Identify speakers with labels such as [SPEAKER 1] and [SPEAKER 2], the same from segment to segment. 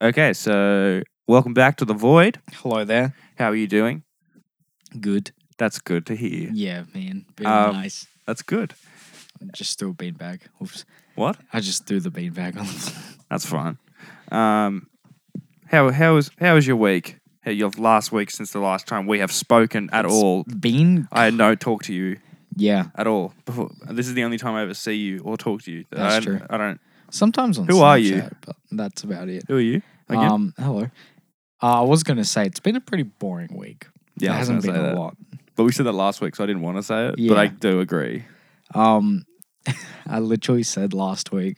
[SPEAKER 1] Okay, so welcome back to the void.
[SPEAKER 2] Hello there.
[SPEAKER 1] How are you doing?
[SPEAKER 2] Good.
[SPEAKER 1] That's good to hear.
[SPEAKER 2] Yeah, man. Being
[SPEAKER 1] Um,
[SPEAKER 2] nice.
[SPEAKER 1] That's good.
[SPEAKER 2] Just threw a beanbag. Oops.
[SPEAKER 1] What?
[SPEAKER 2] I just threw the beanbag on the floor.
[SPEAKER 1] That's fine. Um, how how is how is your week? How your last week since the last time we have spoken at all?
[SPEAKER 2] Bean?
[SPEAKER 1] I had no talk to you
[SPEAKER 2] Yeah.
[SPEAKER 1] at all before. This is the only time I ever see you or talk to you.
[SPEAKER 2] That's
[SPEAKER 1] I,
[SPEAKER 2] true.
[SPEAKER 1] I don't.
[SPEAKER 2] Sometimes on
[SPEAKER 1] Who are you?
[SPEAKER 2] Snapchat, But that's about it.
[SPEAKER 1] Who are you? Again?
[SPEAKER 2] Um, hello. Uh, I was going to say it's been a pretty boring week.
[SPEAKER 1] Yeah,
[SPEAKER 2] There
[SPEAKER 1] I was
[SPEAKER 2] hasn't
[SPEAKER 1] gonna
[SPEAKER 2] been
[SPEAKER 1] say
[SPEAKER 2] a
[SPEAKER 1] that.
[SPEAKER 2] lot.
[SPEAKER 1] but we said that last week, so I didn't want to say it. But
[SPEAKER 2] Yeah.
[SPEAKER 1] I do agree.
[SPEAKER 2] Um, I literally said last week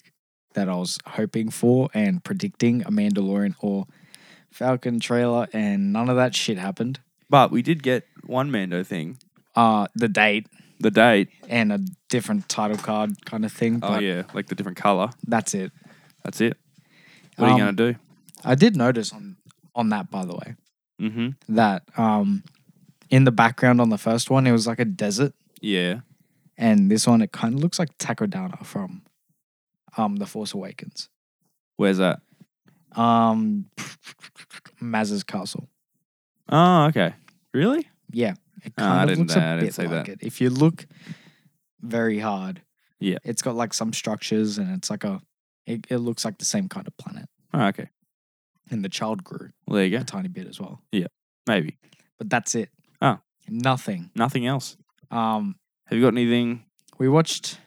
[SPEAKER 2] that I was hoping for and predicting a Mandalorian or Falcon trailer, and none of that shit happened.
[SPEAKER 1] But we did get one Mando thing.
[SPEAKER 2] Uh, the date
[SPEAKER 1] The date.
[SPEAKER 2] and a different title card kind of thing.
[SPEAKER 1] Oh
[SPEAKER 2] But
[SPEAKER 1] yeah, like the different color.
[SPEAKER 2] That's it.
[SPEAKER 1] That's it. What are you
[SPEAKER 2] Um,
[SPEAKER 1] gonna do?
[SPEAKER 2] I did notice on on that, by the way,
[SPEAKER 1] Mm-hmm.
[SPEAKER 2] that um, in the background on the first one, it was like a desert,
[SPEAKER 1] Yeah.
[SPEAKER 2] and this one it kind of looks like Takodana from um, the Force Awakens,
[SPEAKER 1] Where's that?
[SPEAKER 2] um, Maz's castle.
[SPEAKER 1] Oh, okay. Really?
[SPEAKER 2] Yeah, it
[SPEAKER 1] Ah,
[SPEAKER 2] kind
[SPEAKER 1] I
[SPEAKER 2] of
[SPEAKER 1] didn't-
[SPEAKER 2] looks a
[SPEAKER 1] I didn't
[SPEAKER 2] bit
[SPEAKER 1] see
[SPEAKER 2] like
[SPEAKER 1] that.
[SPEAKER 2] it. If you look very hard,
[SPEAKER 1] Yeah.
[SPEAKER 2] it's got like some structures, and it's like a it, it looks like the same kind of planet.
[SPEAKER 1] Oh, okay.
[SPEAKER 2] And the child grew
[SPEAKER 1] Well, there you
[SPEAKER 2] a
[SPEAKER 1] go.
[SPEAKER 2] tiny bit as well,
[SPEAKER 1] Maybe
[SPEAKER 2] but that's it.
[SPEAKER 1] Oh.
[SPEAKER 2] nothing.
[SPEAKER 1] nothing else.
[SPEAKER 2] Um,
[SPEAKER 1] Have you got anything?
[SPEAKER 2] we watched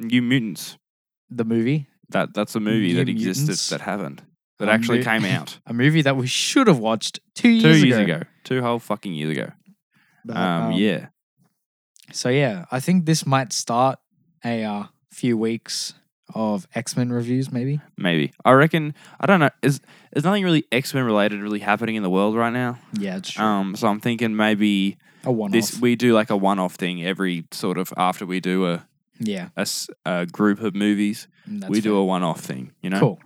[SPEAKER 1] New Mutants.
[SPEAKER 2] the movie,
[SPEAKER 1] That that's a movie
[SPEAKER 2] New
[SPEAKER 1] that existed
[SPEAKER 2] Mutants?
[SPEAKER 1] that happened that
[SPEAKER 2] Um,
[SPEAKER 1] actually
[SPEAKER 2] mu-
[SPEAKER 1] came out
[SPEAKER 2] a movie that we should have watched two
[SPEAKER 1] two
[SPEAKER 2] years,
[SPEAKER 1] years
[SPEAKER 2] ago.
[SPEAKER 1] ago. two whole fucking years ago.
[SPEAKER 2] But,
[SPEAKER 1] Um, yeah.
[SPEAKER 2] So yeah, I think this might start a uh, few weeks of X Men reviews, maybe.
[SPEAKER 1] Maybe I reckon I don't know. Is is nothing really X Men related really happening in the world right now?
[SPEAKER 2] Yeah, it's true.
[SPEAKER 1] Um, so I'm thinking maybe
[SPEAKER 2] a one-off.
[SPEAKER 1] this we do like a one off thing every sort of after we do a
[SPEAKER 2] yeah,
[SPEAKER 1] a s- a group of movies
[SPEAKER 2] that's
[SPEAKER 1] we do
[SPEAKER 2] fair.
[SPEAKER 1] a one off thing. You know.
[SPEAKER 2] cool.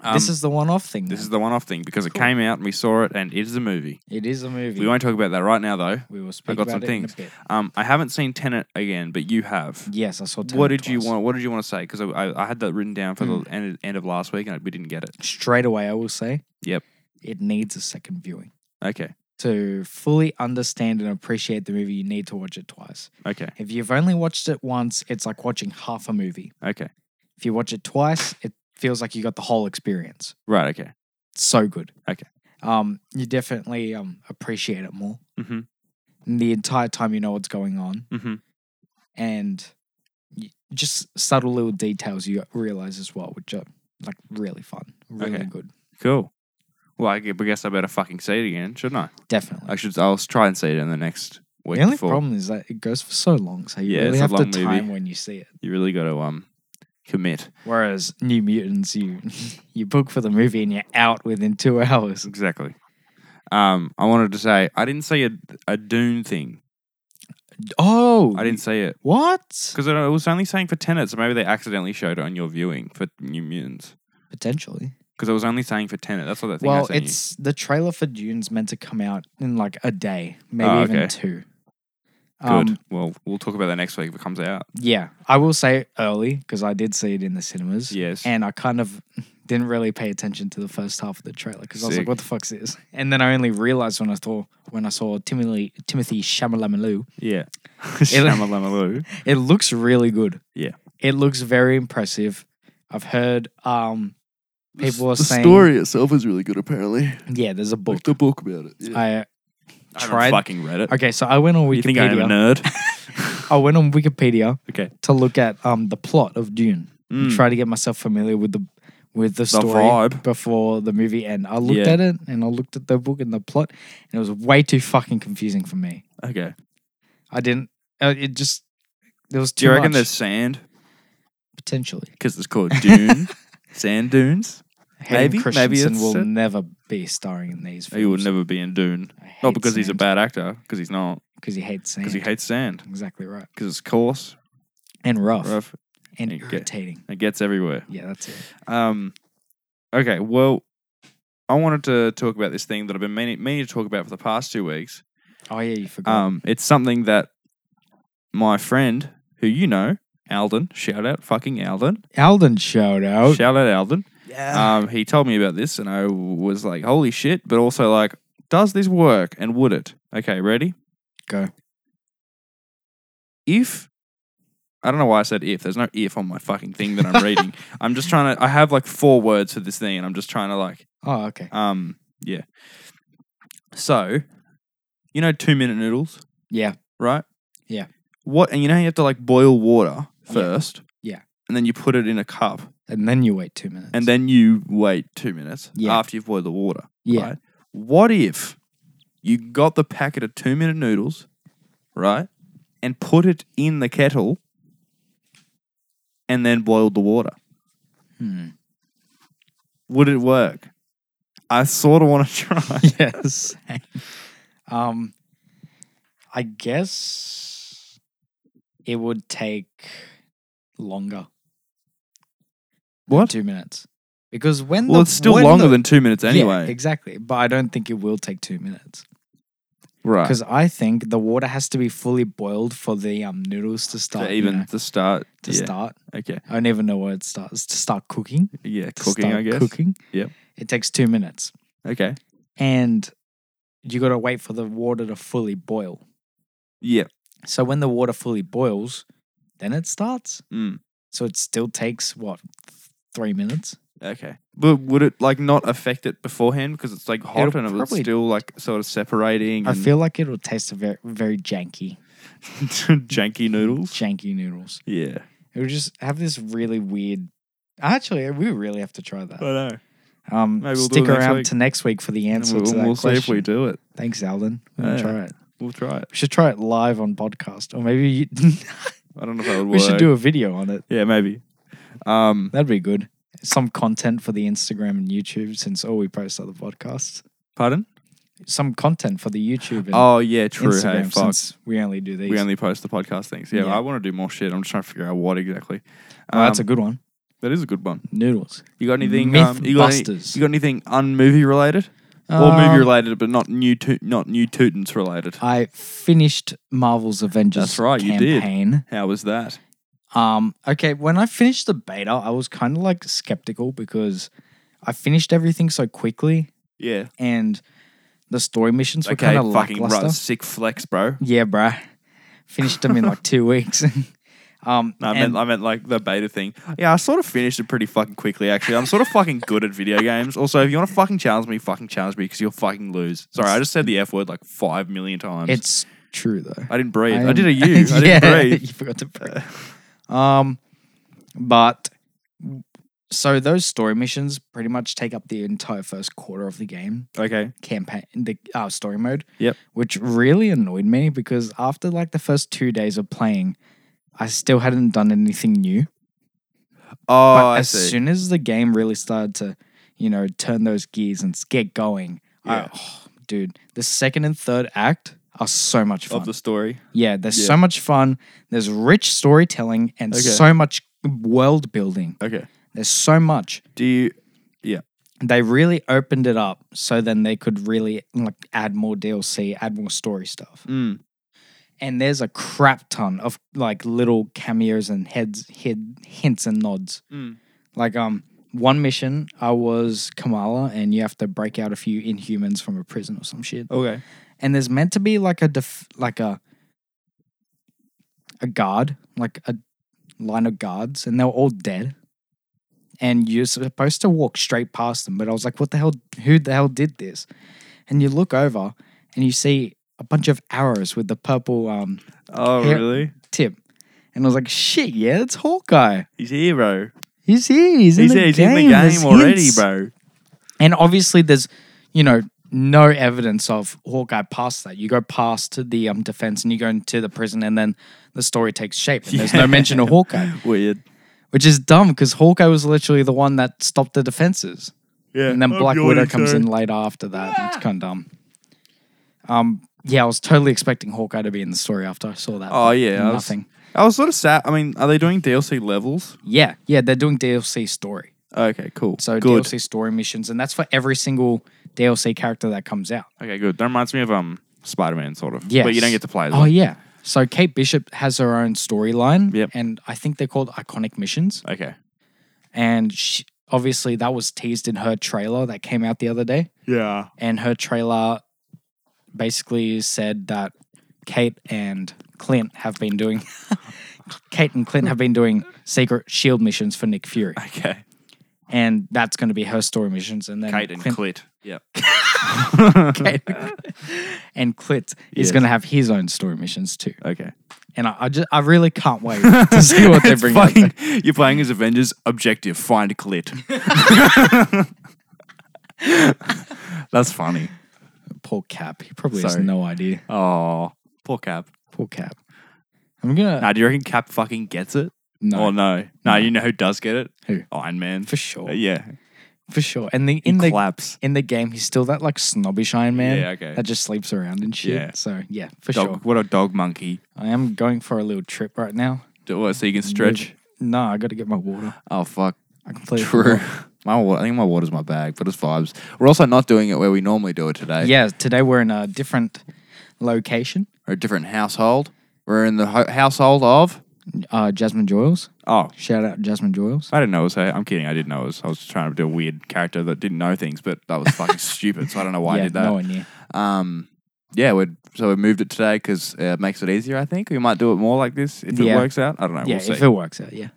[SPEAKER 1] Um,
[SPEAKER 2] this is the one-off thing.
[SPEAKER 1] This is the
[SPEAKER 2] then.
[SPEAKER 1] one off thing because it
[SPEAKER 2] Cool.
[SPEAKER 1] came out and we saw it and it is a movie.
[SPEAKER 2] it is a movie.
[SPEAKER 1] We won't talk about that right now though.
[SPEAKER 2] We will speak
[SPEAKER 1] got
[SPEAKER 2] about
[SPEAKER 1] some
[SPEAKER 2] it
[SPEAKER 1] things.
[SPEAKER 2] in a bit.
[SPEAKER 1] Um, I haven't seen Tenet again, but you have.
[SPEAKER 2] Yes, I saw. Tenet
[SPEAKER 1] What did you
[SPEAKER 2] twice. Hmm.
[SPEAKER 1] want? What did you want to say? Because I, I, I had that written down for the end, end of last week and I- we didn't get it.
[SPEAKER 2] Straight away, I will say.
[SPEAKER 1] Yep.
[SPEAKER 2] It needs a second viewing
[SPEAKER 1] Okay,
[SPEAKER 2] to fully understand and appreciate the movie. You need to watch it twice.
[SPEAKER 1] okay,
[SPEAKER 2] If you've only watched it once, it's like watching half a movie.
[SPEAKER 1] okay.
[SPEAKER 2] If you watch it twice, it feels like you got the whole experience.
[SPEAKER 1] Right. Okay.
[SPEAKER 2] It's so good.
[SPEAKER 1] Okay.
[SPEAKER 2] Um, you definitely um appreciate it more.
[SPEAKER 1] Mhm.
[SPEAKER 2] And the entire time you know what's going on,
[SPEAKER 1] Mm-hmm.
[SPEAKER 2] and y just subtle little details you realize as well, which are like really fun, really
[SPEAKER 1] Okay.
[SPEAKER 2] good.
[SPEAKER 1] Cool. Well, I gu- I guess I better fucking see it again, shouldn't I?
[SPEAKER 2] Definitely.
[SPEAKER 1] I should. I'll try and see it in the next week.
[SPEAKER 2] the only
[SPEAKER 1] before.
[SPEAKER 2] problem is that it goes for so long, so you
[SPEAKER 1] Yeah,
[SPEAKER 2] really
[SPEAKER 1] it's a
[SPEAKER 2] have to
[SPEAKER 1] long movie.
[SPEAKER 2] time when you see it.
[SPEAKER 1] You really got to um commit.
[SPEAKER 2] Whereas New Mutants, you you book for the movie and you're out within two hours.
[SPEAKER 1] Exactly. Um, I wanted to say I didn't see a a Dune thing.
[SPEAKER 2] Oh,
[SPEAKER 1] I didn't see it.
[SPEAKER 2] What?
[SPEAKER 1] Because it was only saying for Tenet, so maybe they accidentally showed it on your viewing for New Mutants.
[SPEAKER 2] Potentially.
[SPEAKER 1] Because it was only saying for Tenet. That's what that thing I
[SPEAKER 2] Well,
[SPEAKER 1] sent you.
[SPEAKER 2] it's the trailer for Dune's meant to come out in like a day, maybe
[SPEAKER 1] Oh, okay.
[SPEAKER 2] even two.
[SPEAKER 1] Good.
[SPEAKER 2] Um,
[SPEAKER 1] well, we'll talk about that next week if it comes out.
[SPEAKER 2] yeah, I will say early because I did see it in the cinemas,
[SPEAKER 1] Yes.
[SPEAKER 2] and I kind of didn't really pay attention to the first half of the trailer because I was
[SPEAKER 1] Sick.
[SPEAKER 2] like, "What the fuck's this?" And then I only realized when I saw when I saw Timothy Timothy Chamalamalu,
[SPEAKER 1] yeah. Shyamalamalu.
[SPEAKER 2] it looks really good.
[SPEAKER 1] Yeah.
[SPEAKER 2] it looks very impressive. I've heard um people are
[SPEAKER 3] the
[SPEAKER 2] saying,
[SPEAKER 3] story itself is really good, apparently.
[SPEAKER 2] "Yeah, there's a book."
[SPEAKER 3] Like the book about it. Yeah.
[SPEAKER 2] I
[SPEAKER 1] I haven't
[SPEAKER 2] Tried-
[SPEAKER 1] fucking read it.
[SPEAKER 2] okay, so I went on Wikipedia.
[SPEAKER 1] You think I'm a nerd?
[SPEAKER 2] I went on Wikipedia
[SPEAKER 1] Okay.
[SPEAKER 2] to look at um the plot of Dune,
[SPEAKER 1] Mm.
[SPEAKER 2] try to get myself familiar with the with the story
[SPEAKER 1] vibe.
[SPEAKER 2] before the movie end. I looked
[SPEAKER 1] Yeah.
[SPEAKER 2] at it and I looked at the book and the plot, and it was way too fucking confusing for me.
[SPEAKER 1] Okay.
[SPEAKER 2] I didn't. Uh, it just there was too
[SPEAKER 1] Do you reckon
[SPEAKER 2] much,
[SPEAKER 1] there's sand?
[SPEAKER 2] potentially.
[SPEAKER 1] Because it's called Dune. sand dunes?
[SPEAKER 2] Hayden
[SPEAKER 1] Maybe- maybe
[SPEAKER 2] Christensen
[SPEAKER 1] it's
[SPEAKER 2] will
[SPEAKER 1] it.
[SPEAKER 2] never be starring in these. Films.
[SPEAKER 1] He will never be in Dune. Not because he's a bad actor, because he's not.
[SPEAKER 2] because he hates sand.
[SPEAKER 1] Because he hates sand.
[SPEAKER 2] exactly right
[SPEAKER 1] Because it's coarse,
[SPEAKER 2] and rough,
[SPEAKER 1] rough,
[SPEAKER 2] and
[SPEAKER 1] and get-
[SPEAKER 2] irritating.
[SPEAKER 1] it gets everywhere.
[SPEAKER 2] Yeah, that's it.
[SPEAKER 1] Um, okay, well, I wanted to talk about this thing that I've been meaning, meaning to talk about for the past two weeks.
[SPEAKER 2] Oh yeah, you forgot.
[SPEAKER 1] Um, it's something that my friend, who you know, Alden, shout out fucking Alden,
[SPEAKER 2] Alden shout out.
[SPEAKER 1] shout out Alden.
[SPEAKER 2] Yeah.
[SPEAKER 1] Um, he told me about this, and I was like, "Holy shit!" But also, like, does this work? And would it? Okay, ready?
[SPEAKER 2] Go.
[SPEAKER 1] If I don't know why I said if. There's no if on my fucking thing that I'm reading. I'm just trying to. I have like four words for this thing, and I'm just trying to like
[SPEAKER 2] Oh, okay.
[SPEAKER 1] um, yeah. So, you know, two minute noodles,
[SPEAKER 2] Yeah.
[SPEAKER 1] right?
[SPEAKER 2] Yeah.
[SPEAKER 1] What and you know how you have to like boil water
[SPEAKER 2] Yeah.
[SPEAKER 1] first.
[SPEAKER 2] Yeah.
[SPEAKER 1] And then you put it in a cup,
[SPEAKER 2] And then you wait two minutes.
[SPEAKER 1] and then you wait two minutes
[SPEAKER 2] Yeah.
[SPEAKER 1] after you've boiled the water.
[SPEAKER 2] Yeah.
[SPEAKER 1] Right? What if you got the packet of two minute noodles, right, and put it in the kettle, and then boiled the water?
[SPEAKER 2] Hmm.
[SPEAKER 1] Would it work? I sort of want to try.
[SPEAKER 2] yes. um, I guess it would take longer. than
[SPEAKER 1] What?
[SPEAKER 2] Two minutes. Because when
[SPEAKER 1] Well,
[SPEAKER 2] the,
[SPEAKER 1] it's still
[SPEAKER 2] when
[SPEAKER 1] longer
[SPEAKER 2] the-
[SPEAKER 1] than two minutes
[SPEAKER 2] Yeah,
[SPEAKER 1] anyway.
[SPEAKER 2] exactly. But I don't think it will take two minutes
[SPEAKER 1] right.
[SPEAKER 2] because I think the water has to be fully boiled for the um noodles to
[SPEAKER 1] To
[SPEAKER 2] start. you
[SPEAKER 1] even
[SPEAKER 2] know,
[SPEAKER 1] to start.
[SPEAKER 2] to
[SPEAKER 1] yeah.
[SPEAKER 2] start.
[SPEAKER 1] Okay.
[SPEAKER 2] I don't even know where it starts to start cooking.
[SPEAKER 1] Yeah.
[SPEAKER 2] to
[SPEAKER 1] Cooking,
[SPEAKER 2] start
[SPEAKER 1] I guess.
[SPEAKER 2] Cooking.
[SPEAKER 1] Yep.
[SPEAKER 2] It takes two minutes,
[SPEAKER 1] Okay.
[SPEAKER 2] and you got to wait for the water to fully boil.
[SPEAKER 1] Yeah.
[SPEAKER 2] So when the water fully boils, then it starts.
[SPEAKER 1] Mm.
[SPEAKER 2] So it still takes what three minutes?
[SPEAKER 1] Okay. But would it like not affect it beforehand because it's like hot
[SPEAKER 2] It'll
[SPEAKER 1] and it's
[SPEAKER 2] probably-
[SPEAKER 1] still like sort of separating?
[SPEAKER 2] I
[SPEAKER 1] and
[SPEAKER 2] feel like it will taste very, very janky,
[SPEAKER 1] janky noodles.
[SPEAKER 2] janky noodles.
[SPEAKER 1] Yeah.
[SPEAKER 2] It would just have this really weird. Actually, we really have to try
[SPEAKER 1] I
[SPEAKER 2] that.
[SPEAKER 1] know.
[SPEAKER 2] Um,
[SPEAKER 1] maybe we'll do
[SPEAKER 2] stick
[SPEAKER 1] it next
[SPEAKER 2] around
[SPEAKER 1] week.
[SPEAKER 2] to next week for the answer
[SPEAKER 1] we'll
[SPEAKER 2] to that
[SPEAKER 1] we'll see
[SPEAKER 2] question.
[SPEAKER 1] if we do it.
[SPEAKER 2] Thanks, Alden. We'll
[SPEAKER 1] Yeah.
[SPEAKER 2] try it.
[SPEAKER 1] We'll try it.
[SPEAKER 2] We should try it live on podcast, or maybe you,
[SPEAKER 1] I don't know if that would work.
[SPEAKER 2] we should do a video on it.
[SPEAKER 1] Yeah, maybe. Um,
[SPEAKER 2] That'd be good. Some content for the Instagram and YouTube, since all we post are the podcasts.
[SPEAKER 1] pardon?
[SPEAKER 2] Some content for the YouTube and
[SPEAKER 1] Oh yeah, true.
[SPEAKER 2] Instagram,
[SPEAKER 1] hey, fuck.
[SPEAKER 2] since we only do these.
[SPEAKER 1] We only post the podcast things. Yeah,
[SPEAKER 2] Yeah.
[SPEAKER 1] I want to do more shit. I'm just trying to figure out what exactly.
[SPEAKER 2] oh, that's a
[SPEAKER 1] Um,
[SPEAKER 2] good one.
[SPEAKER 1] that is a good one.
[SPEAKER 2] Noodles.
[SPEAKER 1] You got anything? Um, you, got any-
[SPEAKER 2] Mythbusters.
[SPEAKER 1] you got anything unmovie related or
[SPEAKER 2] Um, uh,
[SPEAKER 1] movie related, but not new to, not new Tootins related?
[SPEAKER 2] I finished Marvel's Avengers
[SPEAKER 1] That's right, you did.
[SPEAKER 2] campaign.
[SPEAKER 1] How was that?
[SPEAKER 2] Um, okay, when I finished the beta, I was kind of like skeptical because I finished everything so quickly
[SPEAKER 1] Yeah.
[SPEAKER 2] and the story missions were
[SPEAKER 1] Okay.
[SPEAKER 2] kind of
[SPEAKER 1] Fucking
[SPEAKER 2] lackluster.
[SPEAKER 1] right. Sick flex, bro.
[SPEAKER 2] Yeah, bruh. Finished them in like two weeks. um,
[SPEAKER 1] No, I
[SPEAKER 2] and-
[SPEAKER 1] meant I meant like the beta thing. Yeah, I sort of finished it pretty fucking quickly. Actually, I'm sort of fucking good at video games. Also, if you want to fucking challenge me, fucking challenge me because you'll fucking lose. Sorry, I just said the f word like five million times.
[SPEAKER 2] it's true though.
[SPEAKER 1] I didn't breathe. I,
[SPEAKER 2] am-
[SPEAKER 1] did a U. I didn't
[SPEAKER 2] yeah,
[SPEAKER 1] breathe.
[SPEAKER 2] You forgot to breathe. Um, but so those story missions pretty much take up the entire first quarter of the game.
[SPEAKER 1] Okay.
[SPEAKER 2] campaign the uh, story mode.
[SPEAKER 1] Yep.
[SPEAKER 2] Which really annoyed me because after like the first two days of playing, I still hadn't done anything new.
[SPEAKER 1] Oh,
[SPEAKER 2] but
[SPEAKER 1] I
[SPEAKER 2] as
[SPEAKER 1] see.
[SPEAKER 2] soon as the game really started to, you know, turn those gears and s- get going,
[SPEAKER 1] Yeah.
[SPEAKER 2] I, oh, dude, the second and third act are so much fun.
[SPEAKER 1] of the story.
[SPEAKER 2] yeah, there's
[SPEAKER 1] Yeah.
[SPEAKER 2] so much fun. There's rich storytelling and
[SPEAKER 1] Okay.
[SPEAKER 2] so much world building.
[SPEAKER 1] Okay.
[SPEAKER 2] There's so much.
[SPEAKER 1] Do you
[SPEAKER 2] They really opened it up so then they could really like add more DLC, add more story stuff.
[SPEAKER 1] Mm,
[SPEAKER 2] and there's a crap ton of like little cameos and heads hid hints and nods.
[SPEAKER 1] mm.
[SPEAKER 2] Like um one mission I was Kamala and you have to break out a few inhumans from a prison or some shit.
[SPEAKER 1] Okay.
[SPEAKER 2] And there's meant to be like a def- like a a guard, like a line of guards and they were all dead. And you're supposed to walk straight past them, but I was like, what the hell who the hell did this? And you look over and you see a bunch of arrows with the purple um
[SPEAKER 1] Oh,
[SPEAKER 2] Here-
[SPEAKER 1] really?
[SPEAKER 2] tip. And I was like, shit, yeah, it's Hawkeye.
[SPEAKER 1] He's here, bro.
[SPEAKER 2] He's here. He's,
[SPEAKER 1] He's
[SPEAKER 2] in, the
[SPEAKER 1] here. He's
[SPEAKER 2] game.
[SPEAKER 1] in the game
[SPEAKER 2] There's
[SPEAKER 1] already,
[SPEAKER 2] hints.
[SPEAKER 1] bro.
[SPEAKER 2] And obviously, there's, you know, no evidence of Hawkeye past that. You go past the um, defense and you go into the prison, and then the story takes shape. And there's no mention of Hawkeye,
[SPEAKER 1] Weird.
[SPEAKER 2] which is dumb because Hawkeye was literally the one that stopped the defenses.
[SPEAKER 1] Yeah.
[SPEAKER 2] And then Black Widow comes in later after that. and It's kind of dumb. Um, yeah, I was totally expecting Hawkeye to be in the story after I saw that.
[SPEAKER 1] Oh
[SPEAKER 2] but
[SPEAKER 1] yeah. I was-
[SPEAKER 2] nothing.
[SPEAKER 1] I was, sort of sad. I mean, are they doing DLC levels?
[SPEAKER 2] Yeah, yeah, they're doing DLC story.
[SPEAKER 1] Okay, cool.
[SPEAKER 2] So
[SPEAKER 1] good.
[SPEAKER 2] DLC story missions, and that's for every single DLC character that comes out.
[SPEAKER 1] Okay, good. That reminds me of um Spider Man, sort of.
[SPEAKER 2] Yes.
[SPEAKER 1] But you don't get to play.
[SPEAKER 2] Oh
[SPEAKER 1] Them.
[SPEAKER 2] yeah. So Kate Bishop has her own storyline,
[SPEAKER 1] Yep.
[SPEAKER 2] and I think they're called iconic missions.
[SPEAKER 1] okay.
[SPEAKER 2] And she, obviously that was teased in her trailer that came out the other day,
[SPEAKER 1] Yeah.
[SPEAKER 2] and her trailer basically said that Kate and Clint have been doing Kate and Clint have been doing secret shield E missions for Nick Fury,
[SPEAKER 1] Okay.
[SPEAKER 2] and that's going to be her story missions, and then
[SPEAKER 1] Kate and
[SPEAKER 2] Clint-
[SPEAKER 1] Clit. Yep.
[SPEAKER 2] Kate and Clint is
[SPEAKER 1] Yes.
[SPEAKER 2] going to have his own story missions too.
[SPEAKER 1] Okay.
[SPEAKER 2] And I, I just I really can't wait to see what they
[SPEAKER 1] It's
[SPEAKER 2] bring. out.
[SPEAKER 1] fucking, you're playing as Avengers. Objective: find Clit. That's funny.
[SPEAKER 2] Poor Cap, he probably has
[SPEAKER 1] Sorry.
[SPEAKER 2] no idea.
[SPEAKER 1] Oh, poor Cap.
[SPEAKER 2] Poor Cap. I'm gonna
[SPEAKER 1] Now, do you reckon Cap fucking gets it?
[SPEAKER 2] no
[SPEAKER 1] Oh no. no, you know who does get it?
[SPEAKER 2] Who?
[SPEAKER 1] Iron Man.
[SPEAKER 2] for sure,
[SPEAKER 1] Uh, yeah,
[SPEAKER 2] for sure. And the in the
[SPEAKER 1] claps.
[SPEAKER 2] in the game, he's still that like snobbish Iron Man
[SPEAKER 1] Yeah, okay.
[SPEAKER 2] that just sleeps around and shit.
[SPEAKER 1] Yeah.
[SPEAKER 2] So yeah, for
[SPEAKER 1] Dog,
[SPEAKER 2] sure.
[SPEAKER 1] What a dog monkey.
[SPEAKER 2] I am going for a little trip right now.
[SPEAKER 1] Do what, so you can stretch.
[SPEAKER 2] No, I got to get my water.
[SPEAKER 1] Oh fuck.
[SPEAKER 2] I completely
[SPEAKER 1] True.
[SPEAKER 2] forgot.
[SPEAKER 1] My wa- I think my water's my bag, but it's vibes. We're also not doing it where we normally do it today.
[SPEAKER 2] Yeah, today we're in a different location.
[SPEAKER 1] We're a different household. We're in the ho- household of.
[SPEAKER 2] Uh, Jasmine Joyles.
[SPEAKER 1] Oh,
[SPEAKER 2] Shout out Jasmine Joyles.
[SPEAKER 1] I didn't know it was her. I'm kidding. I didn't know it was. I was trying to do a weird character that didn't know things, but that was fucking stupid. So I don't know why
[SPEAKER 2] yeah,
[SPEAKER 1] I did that.
[SPEAKER 2] No one knew.
[SPEAKER 1] Um, yeah, we so we moved it today because uh, it makes it easier. I think we might do it more like this if
[SPEAKER 2] Yeah.
[SPEAKER 1] it works out. I don't know.
[SPEAKER 2] yeah,
[SPEAKER 1] we'll see.
[SPEAKER 2] if it works out, yeah.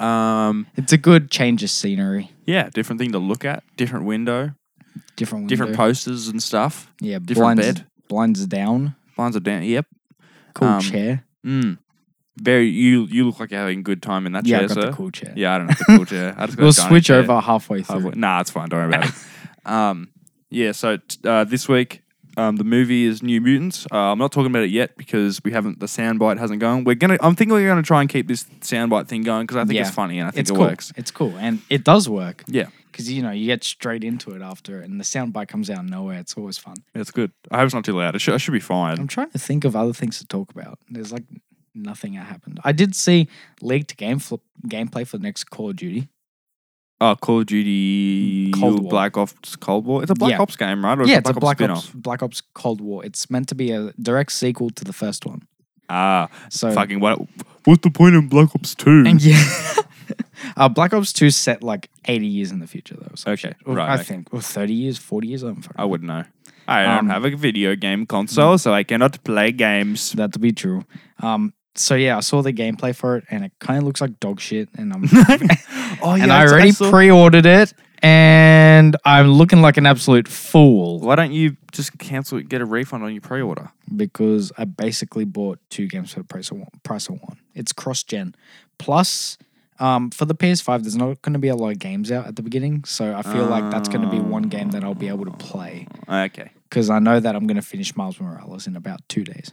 [SPEAKER 1] um,
[SPEAKER 2] It's a good change of scenery.
[SPEAKER 1] yeah, different thing to look at, different window,
[SPEAKER 2] Different window.
[SPEAKER 1] different posters and stuff.
[SPEAKER 2] Yeah,
[SPEAKER 1] different
[SPEAKER 2] blinds,
[SPEAKER 1] bed.
[SPEAKER 2] blinds down.
[SPEAKER 1] Blinds are down. Yep.
[SPEAKER 2] Cool
[SPEAKER 1] Um,
[SPEAKER 2] chair.
[SPEAKER 1] Mm. Very. You you look like you're having a good time in that
[SPEAKER 2] Yeah,
[SPEAKER 1] chair,
[SPEAKER 2] I got
[SPEAKER 1] sir.
[SPEAKER 2] the cool chair.
[SPEAKER 1] Yeah, I don't have the cool chair. I just got a
[SPEAKER 2] We'll
[SPEAKER 1] dining
[SPEAKER 2] switch
[SPEAKER 1] chair.
[SPEAKER 2] over halfway through.
[SPEAKER 1] Halfway- Nah, it's fine. Don't worry about it. Um, yeah. So t- uh, this week, um, the movie is New Mutants. Uh, I'm not talking about it yet because we haven't. The soundbite hasn't gone. We're gonna. I'm thinking we're gonna try and keep this soundbite thing going because I think
[SPEAKER 2] Yeah.
[SPEAKER 1] it's funny and I think
[SPEAKER 2] it's
[SPEAKER 1] it
[SPEAKER 2] cool.
[SPEAKER 1] works.
[SPEAKER 2] It's cool, and it does work
[SPEAKER 1] Yeah,
[SPEAKER 2] because you know you get straight into it after, it, and the sound bite comes out of nowhere. It's always fun.
[SPEAKER 1] it's good. I hope it's not too loud. It should, I should be fine.
[SPEAKER 2] I'm trying to think of other things to talk about. There's like nothing that happened. I did see leaked game flip, gameplay for the next Call of Duty.
[SPEAKER 1] Oh, Call of Duty
[SPEAKER 2] Cold War.
[SPEAKER 1] Black Ops Cold War. It's a Black
[SPEAKER 2] Yeah.
[SPEAKER 1] Ops game, right? Or
[SPEAKER 2] yeah, it's a Black
[SPEAKER 1] spin-off?
[SPEAKER 2] Ops Black Ops Cold War. It's meant to be a direct sequel to the first one.
[SPEAKER 1] Ah,
[SPEAKER 2] So
[SPEAKER 1] fucking what? What's the point in Black Ops Two?
[SPEAKER 2] And yeah. Hmm. Uh, Black Ops 2 's set like 80 years in the future, though. So
[SPEAKER 1] Okay, right,
[SPEAKER 2] I
[SPEAKER 1] okay. Oh.
[SPEAKER 2] think. Or 30 years, 40 years. I don't fucking
[SPEAKER 1] I wouldn't know. I don't
[SPEAKER 2] Um,
[SPEAKER 1] have a video game console, so I cannot play games.
[SPEAKER 2] That to be true. Um, so yeah, I saw the gameplay for it, and it kind of looks like dog shit. And I'm
[SPEAKER 1] Oh
[SPEAKER 2] and I already
[SPEAKER 1] saw-
[SPEAKER 2] pre-ordered it, and I'm looking like an absolute fool
[SPEAKER 1] Why don't you just cancel it, get a refund on your pre order?
[SPEAKER 2] because I basically bought two games for the price of one. Price of one. It's cross-gen. Plus, um, for the PS5, there's not going to be a lot of games out at the beginning, so I feel like that's going to be one game that I'll be able to
[SPEAKER 1] Oh.
[SPEAKER 2] play
[SPEAKER 1] Okay.
[SPEAKER 2] because I know that I'm going to finish Miles Morales in about two days.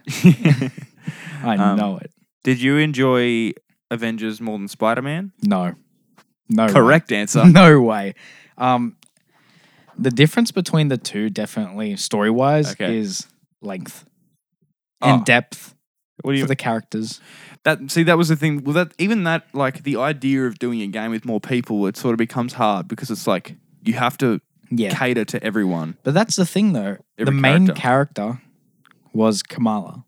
[SPEAKER 2] I
[SPEAKER 1] Um,
[SPEAKER 2] know it.
[SPEAKER 1] Did you enjoy Avengers more than Spider Man?
[SPEAKER 2] No, no. way.
[SPEAKER 1] Correct answer.
[SPEAKER 2] No way. Um, the difference between the two, definitely story wise,
[SPEAKER 1] Okay.
[SPEAKER 2] is length
[SPEAKER 1] Oh.
[SPEAKER 2] and depth
[SPEAKER 1] What do
[SPEAKER 2] for
[SPEAKER 1] you
[SPEAKER 2] the characters.
[SPEAKER 1] that see that was the thing. Well that even that like the idea of doing a game with more people, it sort of becomes hard because it's like you have to
[SPEAKER 2] Yeah.
[SPEAKER 1] cater to everyone.
[SPEAKER 2] but that's the thing, though. the
[SPEAKER 1] Every
[SPEAKER 2] main
[SPEAKER 1] character.
[SPEAKER 2] character was Kamala.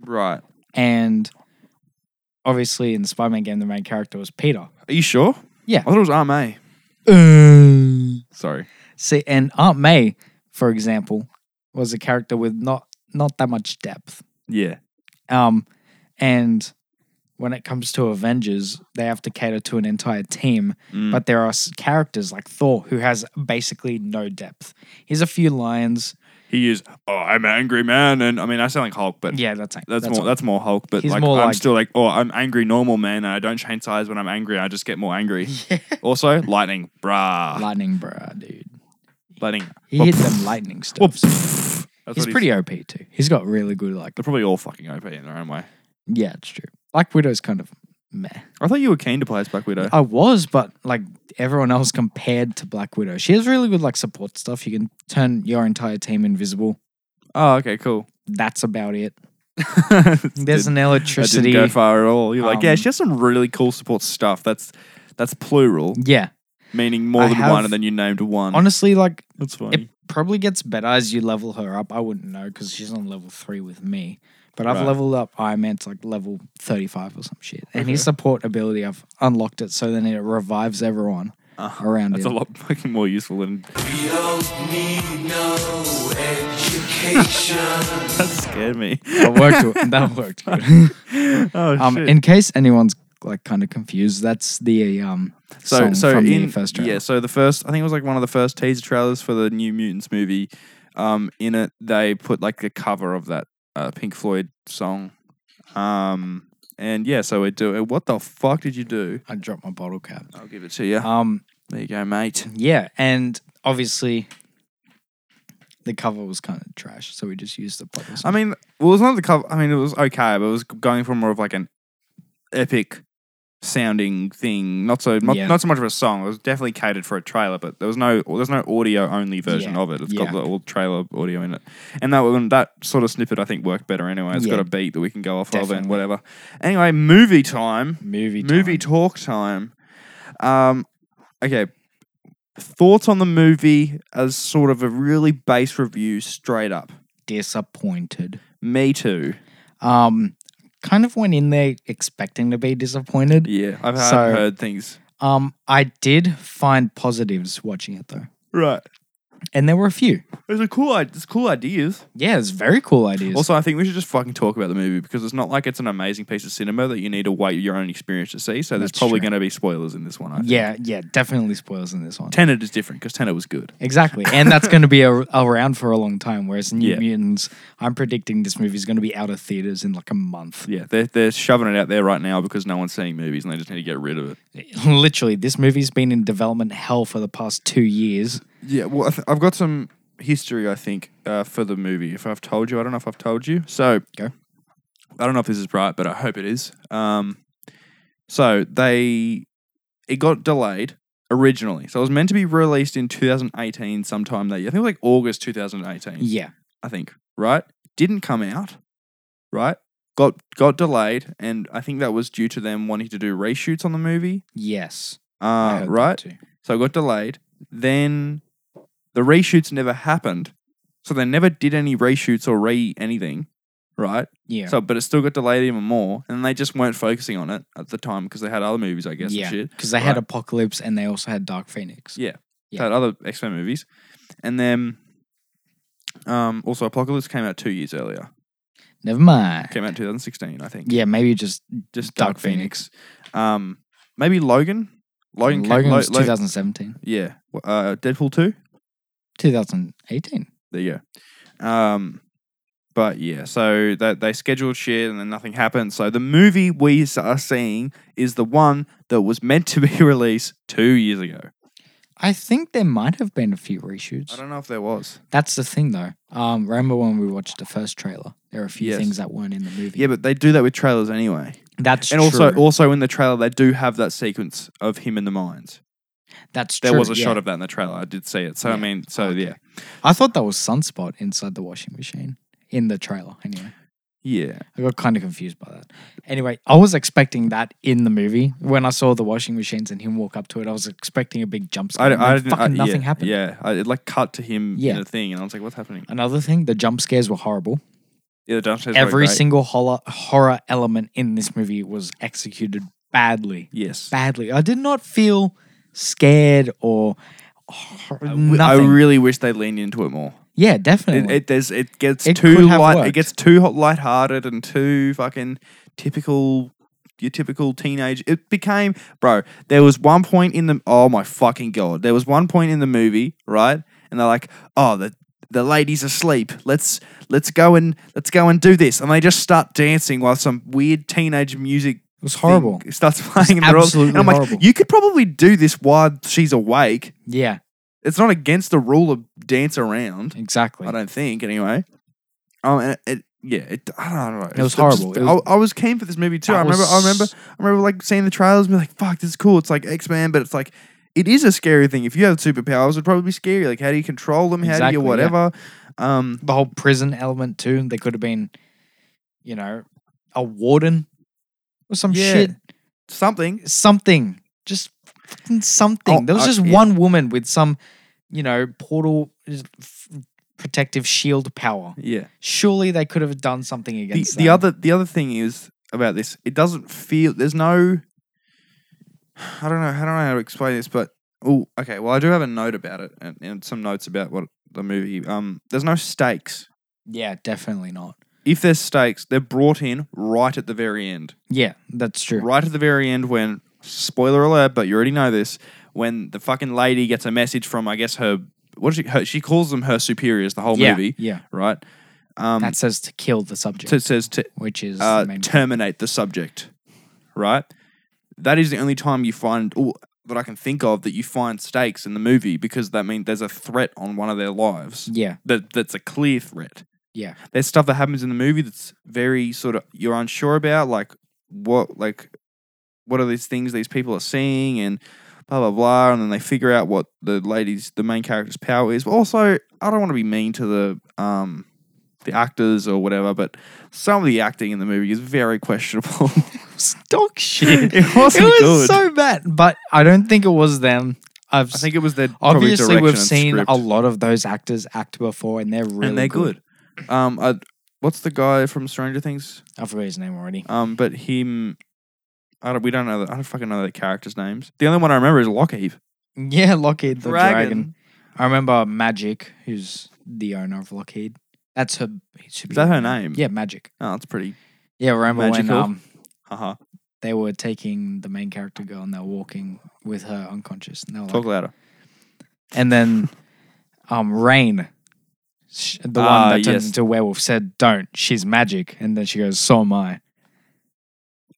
[SPEAKER 1] Right.
[SPEAKER 2] And obviously, in the Spider Man game, the main character was Peter.
[SPEAKER 1] Are you sure?
[SPEAKER 2] Yeah.
[SPEAKER 1] I thought it was Aunt May. Sorry.
[SPEAKER 2] See, and Aunt May, for example, was a character with not not that much depth.
[SPEAKER 1] Yeah.
[SPEAKER 2] Um, and when it comes to Avengers, they have to cater to an entire team.
[SPEAKER 1] Mm.
[SPEAKER 2] But there are s- characters like Thor who has basically no depth. He's a few lines.
[SPEAKER 1] He is oh, I'm an angry man and I mean I sound like Hulk, but
[SPEAKER 2] Yeah, that's it.
[SPEAKER 1] That's, more.
[SPEAKER 2] all.
[SPEAKER 1] That's more Hulk. But
[SPEAKER 2] He's
[SPEAKER 1] like,
[SPEAKER 2] more
[SPEAKER 1] I'm
[SPEAKER 2] like-
[SPEAKER 1] still like, oh, I'm angry, normal man, and I don't change size when I'm angry. I just get more angry. Also, lightning, brah,
[SPEAKER 2] lightning, bruh, dude.
[SPEAKER 1] lightning.
[SPEAKER 2] He
[SPEAKER 1] Well,
[SPEAKER 2] hit them lightning stuff.
[SPEAKER 1] That's
[SPEAKER 2] He's
[SPEAKER 1] what
[SPEAKER 2] pretty OP too. He's got really good like.
[SPEAKER 1] They're probably all fucking OP in their own way.
[SPEAKER 2] Yeah, it's true. Black Widow's kind of meh.
[SPEAKER 1] I thought you were keen to play as Black Widow.
[SPEAKER 2] I was, but like everyone else compared to Black Widow, she has really good like support stuff. You can turn your entire team invisible.
[SPEAKER 1] Oh, okay, cool.
[SPEAKER 2] That's about it. There's
[SPEAKER 1] There's
[SPEAKER 2] an
[SPEAKER 1] that
[SPEAKER 2] electricity.
[SPEAKER 1] didn't go far at all. You're like, yeah,
[SPEAKER 2] Um,
[SPEAKER 1] she has some really cool support stuff. That's that's plural,
[SPEAKER 2] Yeah.
[SPEAKER 1] meaning more
[SPEAKER 2] I
[SPEAKER 1] than
[SPEAKER 2] have-
[SPEAKER 1] one, and then you named one.
[SPEAKER 2] Honestly, like
[SPEAKER 1] that's funny.
[SPEAKER 2] it probably gets better as you level her up. I wouldn't know because she's on level three with me. But I've
[SPEAKER 1] Right.
[SPEAKER 2] leveled up Iron Man to like level 35 or some shit. And his support ability, I've unlocked it so then it revives everyone.
[SPEAKER 1] Uh,
[SPEAKER 2] around
[SPEAKER 1] That's
[SPEAKER 2] him.
[SPEAKER 1] a lot fucking more useful than. that scared me.
[SPEAKER 2] That worked. that worked good.
[SPEAKER 1] Oh
[SPEAKER 2] um,
[SPEAKER 1] shit.
[SPEAKER 2] in case anyone's like kind of confused, that's the um song from the first trailer.
[SPEAKER 1] yeah, so the first I think it was like one of the first teaser trailers for the New Mutants movie. Um, in it they put like the cover of that uh, Pink Floyd song. Um, and yeah, so it do. What the fuck did you do?
[SPEAKER 2] I dropped my bottle cap.
[SPEAKER 1] I'll give it to you.
[SPEAKER 2] Um,
[SPEAKER 1] There you go, mate.
[SPEAKER 2] yeah, and obviously the cover was kind of trash, so we just used the bottle.
[SPEAKER 1] I mean, well, it was not the cover. I mean, it was okay, but it was going for more of like an epic sounding thing. Not so not,
[SPEAKER 2] Yeah.
[SPEAKER 1] not so much of a song. It was definitely catered for a trailer, but there was no there's no audio only version
[SPEAKER 2] Yeah,
[SPEAKER 1] of it. It's got
[SPEAKER 2] yeah.
[SPEAKER 1] the all trailer audio in it, and that one- that sort of snippet I think worked better anyway. It's got
[SPEAKER 2] Yeah.
[SPEAKER 1] a beat that we can go off of and
[SPEAKER 2] Definitely.
[SPEAKER 1] whatever. Anyway, movie time
[SPEAKER 2] movie
[SPEAKER 1] movie
[SPEAKER 2] time.
[SPEAKER 1] talk time. Um, okay, thoughts on the movie as sort of a really base review, straight up.
[SPEAKER 2] disappointed.
[SPEAKER 1] Me too.
[SPEAKER 2] Um, kind of went in there expecting to be disappointed.
[SPEAKER 1] Yeah, I've
[SPEAKER 2] So-
[SPEAKER 1] I've heard things.
[SPEAKER 2] Um, I did find positives watching it though,
[SPEAKER 1] Right,
[SPEAKER 2] and there were a few.
[SPEAKER 1] it's a cool. i- It's cool ideas.
[SPEAKER 2] Yeah, it's very cool ideas.
[SPEAKER 1] Also, I think we should just fucking talk about the movie because it's not like it's an amazing piece of cinema that you need to wait your own experience to see. So there's
[SPEAKER 2] That's
[SPEAKER 1] probably
[SPEAKER 2] true.
[SPEAKER 1] going to be spoilers in this one. I think.
[SPEAKER 2] yeah, yeah, definitely spoilers in this one.
[SPEAKER 1] Tenet is different because Tenet was good.
[SPEAKER 2] Exactly. And that's going to be a, around for a long time. Whereas New
[SPEAKER 1] Yeah.
[SPEAKER 2] Mutants, I'm predicting this movie is going to be out of theaters in like a month.
[SPEAKER 1] Yeah, they're they're shoving it out there right now because no one's seeing movies and they just need to get rid of it.
[SPEAKER 2] Literally, this movie's been in development hell for the past two years.
[SPEAKER 1] Yeah, well, I th- I've got some history, I think, uh, for the movie. If I've told you, I don't know if I've told you. So,
[SPEAKER 2] Go.
[SPEAKER 1] I don't know if this is right, but I hope it is. Um, so they it got delayed originally. So it was meant to be released in 2018 sometime that year. I think it was like August 2018.
[SPEAKER 2] Yeah.
[SPEAKER 1] I think, right? Didn't come out, right? Got got delayed, and I think that was due to them wanting to do reshoots on the movie.
[SPEAKER 2] Yes. I
[SPEAKER 1] Uh,
[SPEAKER 2] heard that
[SPEAKER 1] right?
[SPEAKER 2] too.
[SPEAKER 1] So it got delayed. Then the reshoots never happened. So they never did any reshoots or re anything, right?
[SPEAKER 2] Yeah.
[SPEAKER 1] So, but it still got delayed even more. And they just weren't focusing on it at the time because they had other movies, I guess,
[SPEAKER 2] yeah.
[SPEAKER 1] and shit.
[SPEAKER 2] Because they had
[SPEAKER 1] Right.
[SPEAKER 2] Apocalypse and they also had Dark Phoenix.
[SPEAKER 1] Yeah. They
[SPEAKER 2] Yeah.
[SPEAKER 1] had other X Men movies. And then um, also Apocalypse came out two years earlier.
[SPEAKER 2] Never mind.
[SPEAKER 1] Came out in 2016, I think.
[SPEAKER 2] Yeah, maybe just
[SPEAKER 1] Just Dark,
[SPEAKER 2] Dark
[SPEAKER 1] Phoenix. Um, maybe Logan. Logan.
[SPEAKER 2] Logan,
[SPEAKER 1] came- Lo-
[SPEAKER 2] was
[SPEAKER 1] Lo-
[SPEAKER 2] 2017,
[SPEAKER 1] yeah. Uh, Deadpool 2.
[SPEAKER 2] 2018.
[SPEAKER 1] There you go. Um, but yeah, so that they scheduled shit and then nothing happened. So the movie we s- are seeing is the one that was meant to be released two years ago.
[SPEAKER 2] I think there might have been a few reshoots.
[SPEAKER 1] I don't know if there was.
[SPEAKER 2] That's the thing, though. Um, remember when we watched the first trailer? There are a few
[SPEAKER 1] Yes.
[SPEAKER 2] things that weren't in the movie.
[SPEAKER 1] Yeah, but they do that with trailers anyway.
[SPEAKER 2] that's
[SPEAKER 1] And
[SPEAKER 2] true.
[SPEAKER 1] also, also in the trailer, they do have that sequence of him in the mines.
[SPEAKER 2] that's
[SPEAKER 1] There
[SPEAKER 2] true,
[SPEAKER 1] was a
[SPEAKER 2] yeah.
[SPEAKER 1] shot of that in the trailer. I did see it. So I
[SPEAKER 2] Yeah.
[SPEAKER 1] mean, so
[SPEAKER 2] Okay.
[SPEAKER 1] yeah,
[SPEAKER 2] I thought that was Sunspot inside the washing machine in the trailer. Anyway,
[SPEAKER 1] yeah,
[SPEAKER 2] I got kind of confused by that. Anyway, I was expecting that in the movie when I saw the washing machines and him walk up to it. I was expecting a big jump scare.
[SPEAKER 1] I,
[SPEAKER 2] and then
[SPEAKER 1] I didn't. I,
[SPEAKER 2] fucking nothing
[SPEAKER 1] yeah,
[SPEAKER 2] happened.
[SPEAKER 1] Yeah, I, it like cut to him in
[SPEAKER 2] Yeah.
[SPEAKER 1] a thing, and I was like, "What's happening?"
[SPEAKER 2] Another thing, the jump scares were horrible.
[SPEAKER 1] Yeah, the dance is
[SPEAKER 2] Every
[SPEAKER 1] great.
[SPEAKER 2] single horror, horror element in this movie was executed badly.
[SPEAKER 1] yes.
[SPEAKER 2] badly. I did not feel scared or hor-
[SPEAKER 1] I
[SPEAKER 2] nothing.
[SPEAKER 1] w- I really wish they leaned into it more.
[SPEAKER 2] yeah,
[SPEAKER 1] It,
[SPEAKER 2] definitely.
[SPEAKER 1] it there's it gets
[SPEAKER 2] It
[SPEAKER 1] too
[SPEAKER 2] could have
[SPEAKER 1] light. It
[SPEAKER 2] worked.
[SPEAKER 1] gets too hot, lighthearted and too fucking typical. Your typical teenage. It became, bro. There was one point in the. Oh my fucking god! There was one point in the movie, right? And they're like, oh the. The lady's asleep. Let's let's go and let's go and do this. And they just start dancing while some weird teenage music
[SPEAKER 2] It was horrible.
[SPEAKER 1] thing starts playing. and they're all-
[SPEAKER 2] absolutely
[SPEAKER 1] and I'm like,
[SPEAKER 2] horrible.
[SPEAKER 1] you could probably do this while she's awake.
[SPEAKER 2] yeah,
[SPEAKER 1] It's not against the rule of dance around.
[SPEAKER 2] exactly.
[SPEAKER 1] I don't think anyway. Um, and it, it- yeah, it, I don't know.
[SPEAKER 2] It was
[SPEAKER 1] It's- I'm just-
[SPEAKER 2] horrible. It was-
[SPEAKER 1] I, I was keen for this movie too.
[SPEAKER 2] That
[SPEAKER 1] I remember, I
[SPEAKER 2] was-
[SPEAKER 1] remember, I remember like seeing the trailers and be like, "Fuck, this is cool." It's like X Men, but it's like it is a scary thing. If you have superpowers, it'd probably be scary. Like, how do you control them? How
[SPEAKER 2] Exactly,
[SPEAKER 1] do
[SPEAKER 2] yeah.
[SPEAKER 1] you whatever? Um,
[SPEAKER 2] The whole prison element too. They could have been, you know, a warden or some
[SPEAKER 1] Yeah.
[SPEAKER 2] shit.
[SPEAKER 1] something.
[SPEAKER 2] Something. Just fucking something.
[SPEAKER 1] Oh,
[SPEAKER 2] there was
[SPEAKER 1] I-
[SPEAKER 2] just
[SPEAKER 1] yeah.
[SPEAKER 2] one woman with some, you know, portal f- protective shield power.
[SPEAKER 1] Yeah.
[SPEAKER 2] Surely they could have done something
[SPEAKER 1] The,
[SPEAKER 2] against
[SPEAKER 1] the
[SPEAKER 2] that.
[SPEAKER 1] other, the other thing is about this. It doesn't feel. There's no. I don't know. I don't know how to explain this, but Oh, okay. Well, I do have a note about it and, and some notes about what the movie. Um, there's no stakes.
[SPEAKER 2] Yeah, definitely not.
[SPEAKER 1] If there's stakes, they're brought in right at the very end.
[SPEAKER 2] Yeah, that's true.
[SPEAKER 1] Right at the very end, when spoiler alert, but you already know this. When the fucking lady gets a message from, I guess her what is she? Her, she calls them her superiors the whole
[SPEAKER 2] yeah,
[SPEAKER 1] movie,
[SPEAKER 2] yeah.
[SPEAKER 1] right? Um,
[SPEAKER 2] That says to kill the subject,
[SPEAKER 1] so it says to
[SPEAKER 2] which is the
[SPEAKER 1] uh,
[SPEAKER 2] main-
[SPEAKER 1] terminate the subject, right? That is the only time you find ooh, that I can think of that you find stakes in the movie because that means there's a threat on one of their lives
[SPEAKER 2] yeah,
[SPEAKER 1] that that's a clear threat.
[SPEAKER 2] yeah,
[SPEAKER 1] There's stuff that happens in the movie that's very sort of you're unsure about, like what like what are these things these people are seeing and blah blah blah, and then they figure out what the lady's the main character's power is. But also, I don't want to be mean to the um the actors or whatever, but some of the acting in the movie is very questionable.
[SPEAKER 2] stock shit.
[SPEAKER 1] it
[SPEAKER 2] it
[SPEAKER 1] wasn't
[SPEAKER 2] was
[SPEAKER 1] good.
[SPEAKER 2] so bad, but I don't think it was them. I've
[SPEAKER 1] I think it was their probably
[SPEAKER 2] obviously
[SPEAKER 1] direction
[SPEAKER 2] we've
[SPEAKER 1] and
[SPEAKER 2] seen
[SPEAKER 1] script.
[SPEAKER 2] a lot of those actors act before, and they're really
[SPEAKER 1] and they're good. Um, I, what's the guy from Stranger Things?
[SPEAKER 2] I forgot his name already.
[SPEAKER 1] Um, but him, I don't. We don't know. The, I don't fucking know the characters' names. The only one I remember is Lockheed.
[SPEAKER 2] Yeah, Lockheed the dragon. I remember Magic, who's the owner of Lockheed. That's her. should
[SPEAKER 1] Is
[SPEAKER 2] be
[SPEAKER 1] that her name?
[SPEAKER 2] Yeah, Magic.
[SPEAKER 1] Oh, that's pretty.
[SPEAKER 2] Yeah, remember
[SPEAKER 1] Magical?
[SPEAKER 2] when um
[SPEAKER 1] Haha.
[SPEAKER 2] they were taking the main character girl and they were walking with her unconscious, and they were
[SPEAKER 1] Talk
[SPEAKER 2] like,
[SPEAKER 1] louder.
[SPEAKER 2] and then um Rain, sh- the one
[SPEAKER 1] Ah,
[SPEAKER 2] that turns
[SPEAKER 1] yes.
[SPEAKER 2] into a werewolf, said, "Don't." She's magic, and then she goes, "So am I."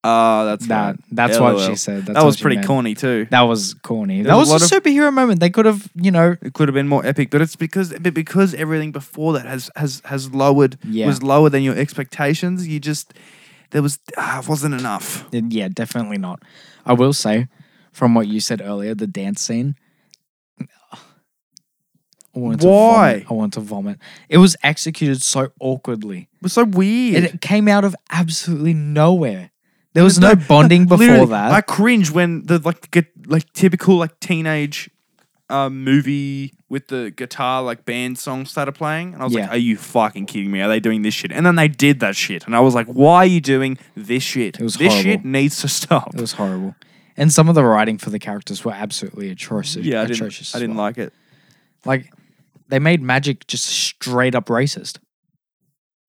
[SPEAKER 1] Ah, that's
[SPEAKER 2] that
[SPEAKER 1] right.
[SPEAKER 2] that's what
[SPEAKER 1] LOL.
[SPEAKER 2] she said. That's
[SPEAKER 1] that
[SPEAKER 2] what
[SPEAKER 1] was
[SPEAKER 2] she
[SPEAKER 1] pretty
[SPEAKER 2] meant.
[SPEAKER 1] corny too.
[SPEAKER 2] That was corny.
[SPEAKER 1] There
[SPEAKER 2] that
[SPEAKER 1] was
[SPEAKER 2] was
[SPEAKER 1] a
[SPEAKER 2] a,
[SPEAKER 1] lot
[SPEAKER 2] superhero moment. They could have, you know,
[SPEAKER 1] It could have been more epic, but it's because but because everything before that has has has lowered
[SPEAKER 2] Yeah.
[SPEAKER 1] was lower than your expectations. You just there was ah, it wasn't enough.
[SPEAKER 2] yeah, definitely not. I will say, from what you said earlier, the dance scene. I wanted to
[SPEAKER 1] Why?
[SPEAKER 2] vomit. I want to vomit. It was executed so awkwardly.
[SPEAKER 1] It was so weird.
[SPEAKER 2] It came out of absolutely nowhere. There was
[SPEAKER 1] No,
[SPEAKER 2] no bonding before
[SPEAKER 1] Literally,
[SPEAKER 2] that.
[SPEAKER 1] I cringe when the like get like typical like teenage um, movie with the guitar like band song started playing, and I was like,
[SPEAKER 2] Yeah.
[SPEAKER 1] "Are you fucking kidding me? Are they doing this shit?" And then they did that shit, and I was like, "Why are you doing this shit?
[SPEAKER 2] It was
[SPEAKER 1] this
[SPEAKER 2] horrible.
[SPEAKER 1] shit needs to stop."
[SPEAKER 2] It was horrible. And some of the writing for the characters were absolutely atrocious.
[SPEAKER 1] yeah, I
[SPEAKER 2] atrocious
[SPEAKER 1] didn't, I
[SPEAKER 2] as
[SPEAKER 1] didn't
[SPEAKER 2] well.
[SPEAKER 1] like it.
[SPEAKER 2] Like, they made magic just straight up racist.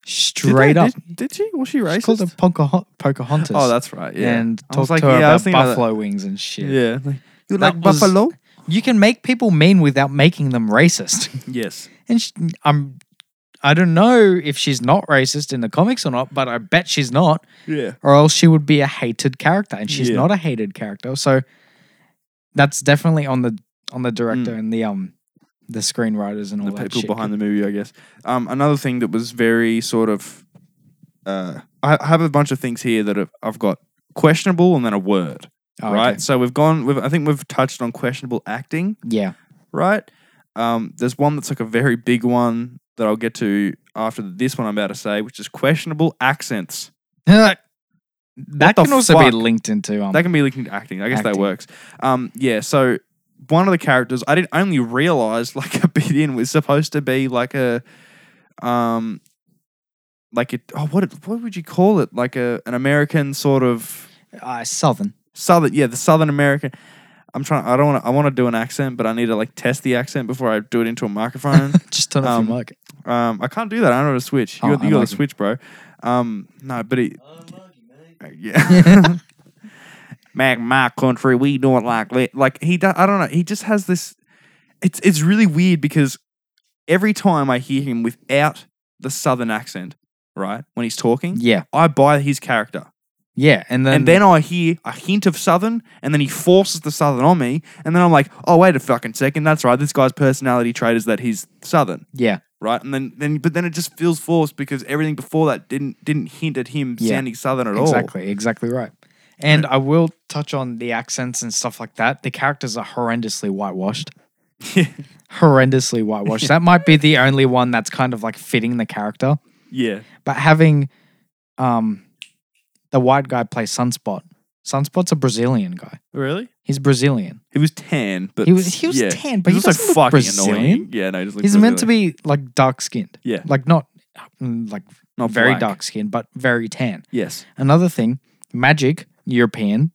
[SPEAKER 2] Straight
[SPEAKER 1] did they-
[SPEAKER 2] up.
[SPEAKER 1] Did, did she? Was she
[SPEAKER 2] She called her
[SPEAKER 1] racist?
[SPEAKER 2] Poca- Pocahontas.
[SPEAKER 1] Oh, that's right. Yeah,
[SPEAKER 2] And
[SPEAKER 1] I was
[SPEAKER 2] talked to her
[SPEAKER 1] yeah, I was
[SPEAKER 2] about
[SPEAKER 1] thinking that.
[SPEAKER 2] buffalo wings and shit.
[SPEAKER 1] Yeah, like, you
[SPEAKER 2] That
[SPEAKER 1] like
[SPEAKER 2] was-
[SPEAKER 1] buffalo?
[SPEAKER 2] You can make people mean without making them racist.
[SPEAKER 1] Yes.
[SPEAKER 2] And she, I'm, I don't know if she's not racist in the comics or not, but I bet she's not.
[SPEAKER 1] Yeah.
[SPEAKER 2] or else she would be a hated character and she's
[SPEAKER 1] Yeah.
[SPEAKER 2] not a hated character so that's definitely on the on the director and the um the screenwriters and all
[SPEAKER 1] Mm. the
[SPEAKER 2] that
[SPEAKER 1] people
[SPEAKER 2] shit.
[SPEAKER 1] behind the movie, I guess. Um, another thing that was very sort of, uh, I I have a bunch of things here that have, I've got questionable and then a word,
[SPEAKER 2] Oh, okay.
[SPEAKER 1] right? So we've gone. We've, I think we've touched on questionable acting,
[SPEAKER 2] yeah
[SPEAKER 1] right? Um, there's one that's like a very big one that I'll get to after this one I'm about to say, which is questionable accents.
[SPEAKER 2] that
[SPEAKER 1] the
[SPEAKER 2] can also
[SPEAKER 1] fuck?
[SPEAKER 2] be linked into um
[SPEAKER 1] That can be linked into acting. I guess that
[SPEAKER 2] Acting.
[SPEAKER 1] works. Um, yeah. So one of the characters, I didn't I only realize like a bit in was supposed to be like a, um, like it. Oh, what it- what would you call it? Like a an American sort of
[SPEAKER 2] uh, southern
[SPEAKER 1] southern. Yeah, the Southern American. I'm trying. I don't want. to I want to do an accent, but I need to like test the accent before I do it into a microphone.
[SPEAKER 2] just turn off
[SPEAKER 1] Um,
[SPEAKER 2] your mic
[SPEAKER 1] Um, I can't do that. I don't know how to switch. You
[SPEAKER 2] Oh,
[SPEAKER 1] got, you
[SPEAKER 2] I
[SPEAKER 1] got
[SPEAKER 2] like
[SPEAKER 1] to
[SPEAKER 2] it.
[SPEAKER 1] switch, bro. Um, no, but it. Uh, Yeah. Mac, my country, we do it like that. Like he, do, I don't know. He just has this. It's it's really weird because every time I hear him without the southern accent, right when he's talking,
[SPEAKER 2] yeah
[SPEAKER 1] I buy his character,
[SPEAKER 2] yeah and Mm. then
[SPEAKER 1] and then I hear a hint of southern, and then he forces the southern on me, and then I'm like, oh wait a fucking second, that's right. This guy's personality trait is that he's southern
[SPEAKER 2] yeah
[SPEAKER 1] right? And then then but then it just feels forced because everything before that didn't didn't hint at him
[SPEAKER 2] Yeah.
[SPEAKER 1] sounding southern at all.
[SPEAKER 2] exactly exactly right and I will touch on the accents and stuff like that the characters are horrendously whitewashed
[SPEAKER 1] Exactly.
[SPEAKER 2] horrendously whitewashed that might be the only one that's kind of like fitting the character
[SPEAKER 1] yeah.
[SPEAKER 2] but having um the white guy play Sunspot. Sunspot's a Brazilian guy.
[SPEAKER 1] Really?
[SPEAKER 2] He's Brazilian.
[SPEAKER 1] He was tan, but
[SPEAKER 2] He was- he was
[SPEAKER 1] yeah.
[SPEAKER 2] tan, but
[SPEAKER 1] He's
[SPEAKER 2] he
[SPEAKER 1] also
[SPEAKER 2] doesn't look
[SPEAKER 1] fucking
[SPEAKER 2] Brazilian.
[SPEAKER 1] annoying. Yeah, no, he doesn't look
[SPEAKER 2] He's meant to be like dark skinned.
[SPEAKER 1] Yeah.
[SPEAKER 2] Like not mm, like
[SPEAKER 1] Not
[SPEAKER 2] very
[SPEAKER 1] black.
[SPEAKER 2] dark skinned, but very tan.
[SPEAKER 1] Yes.
[SPEAKER 2] Another thing, Magic, European.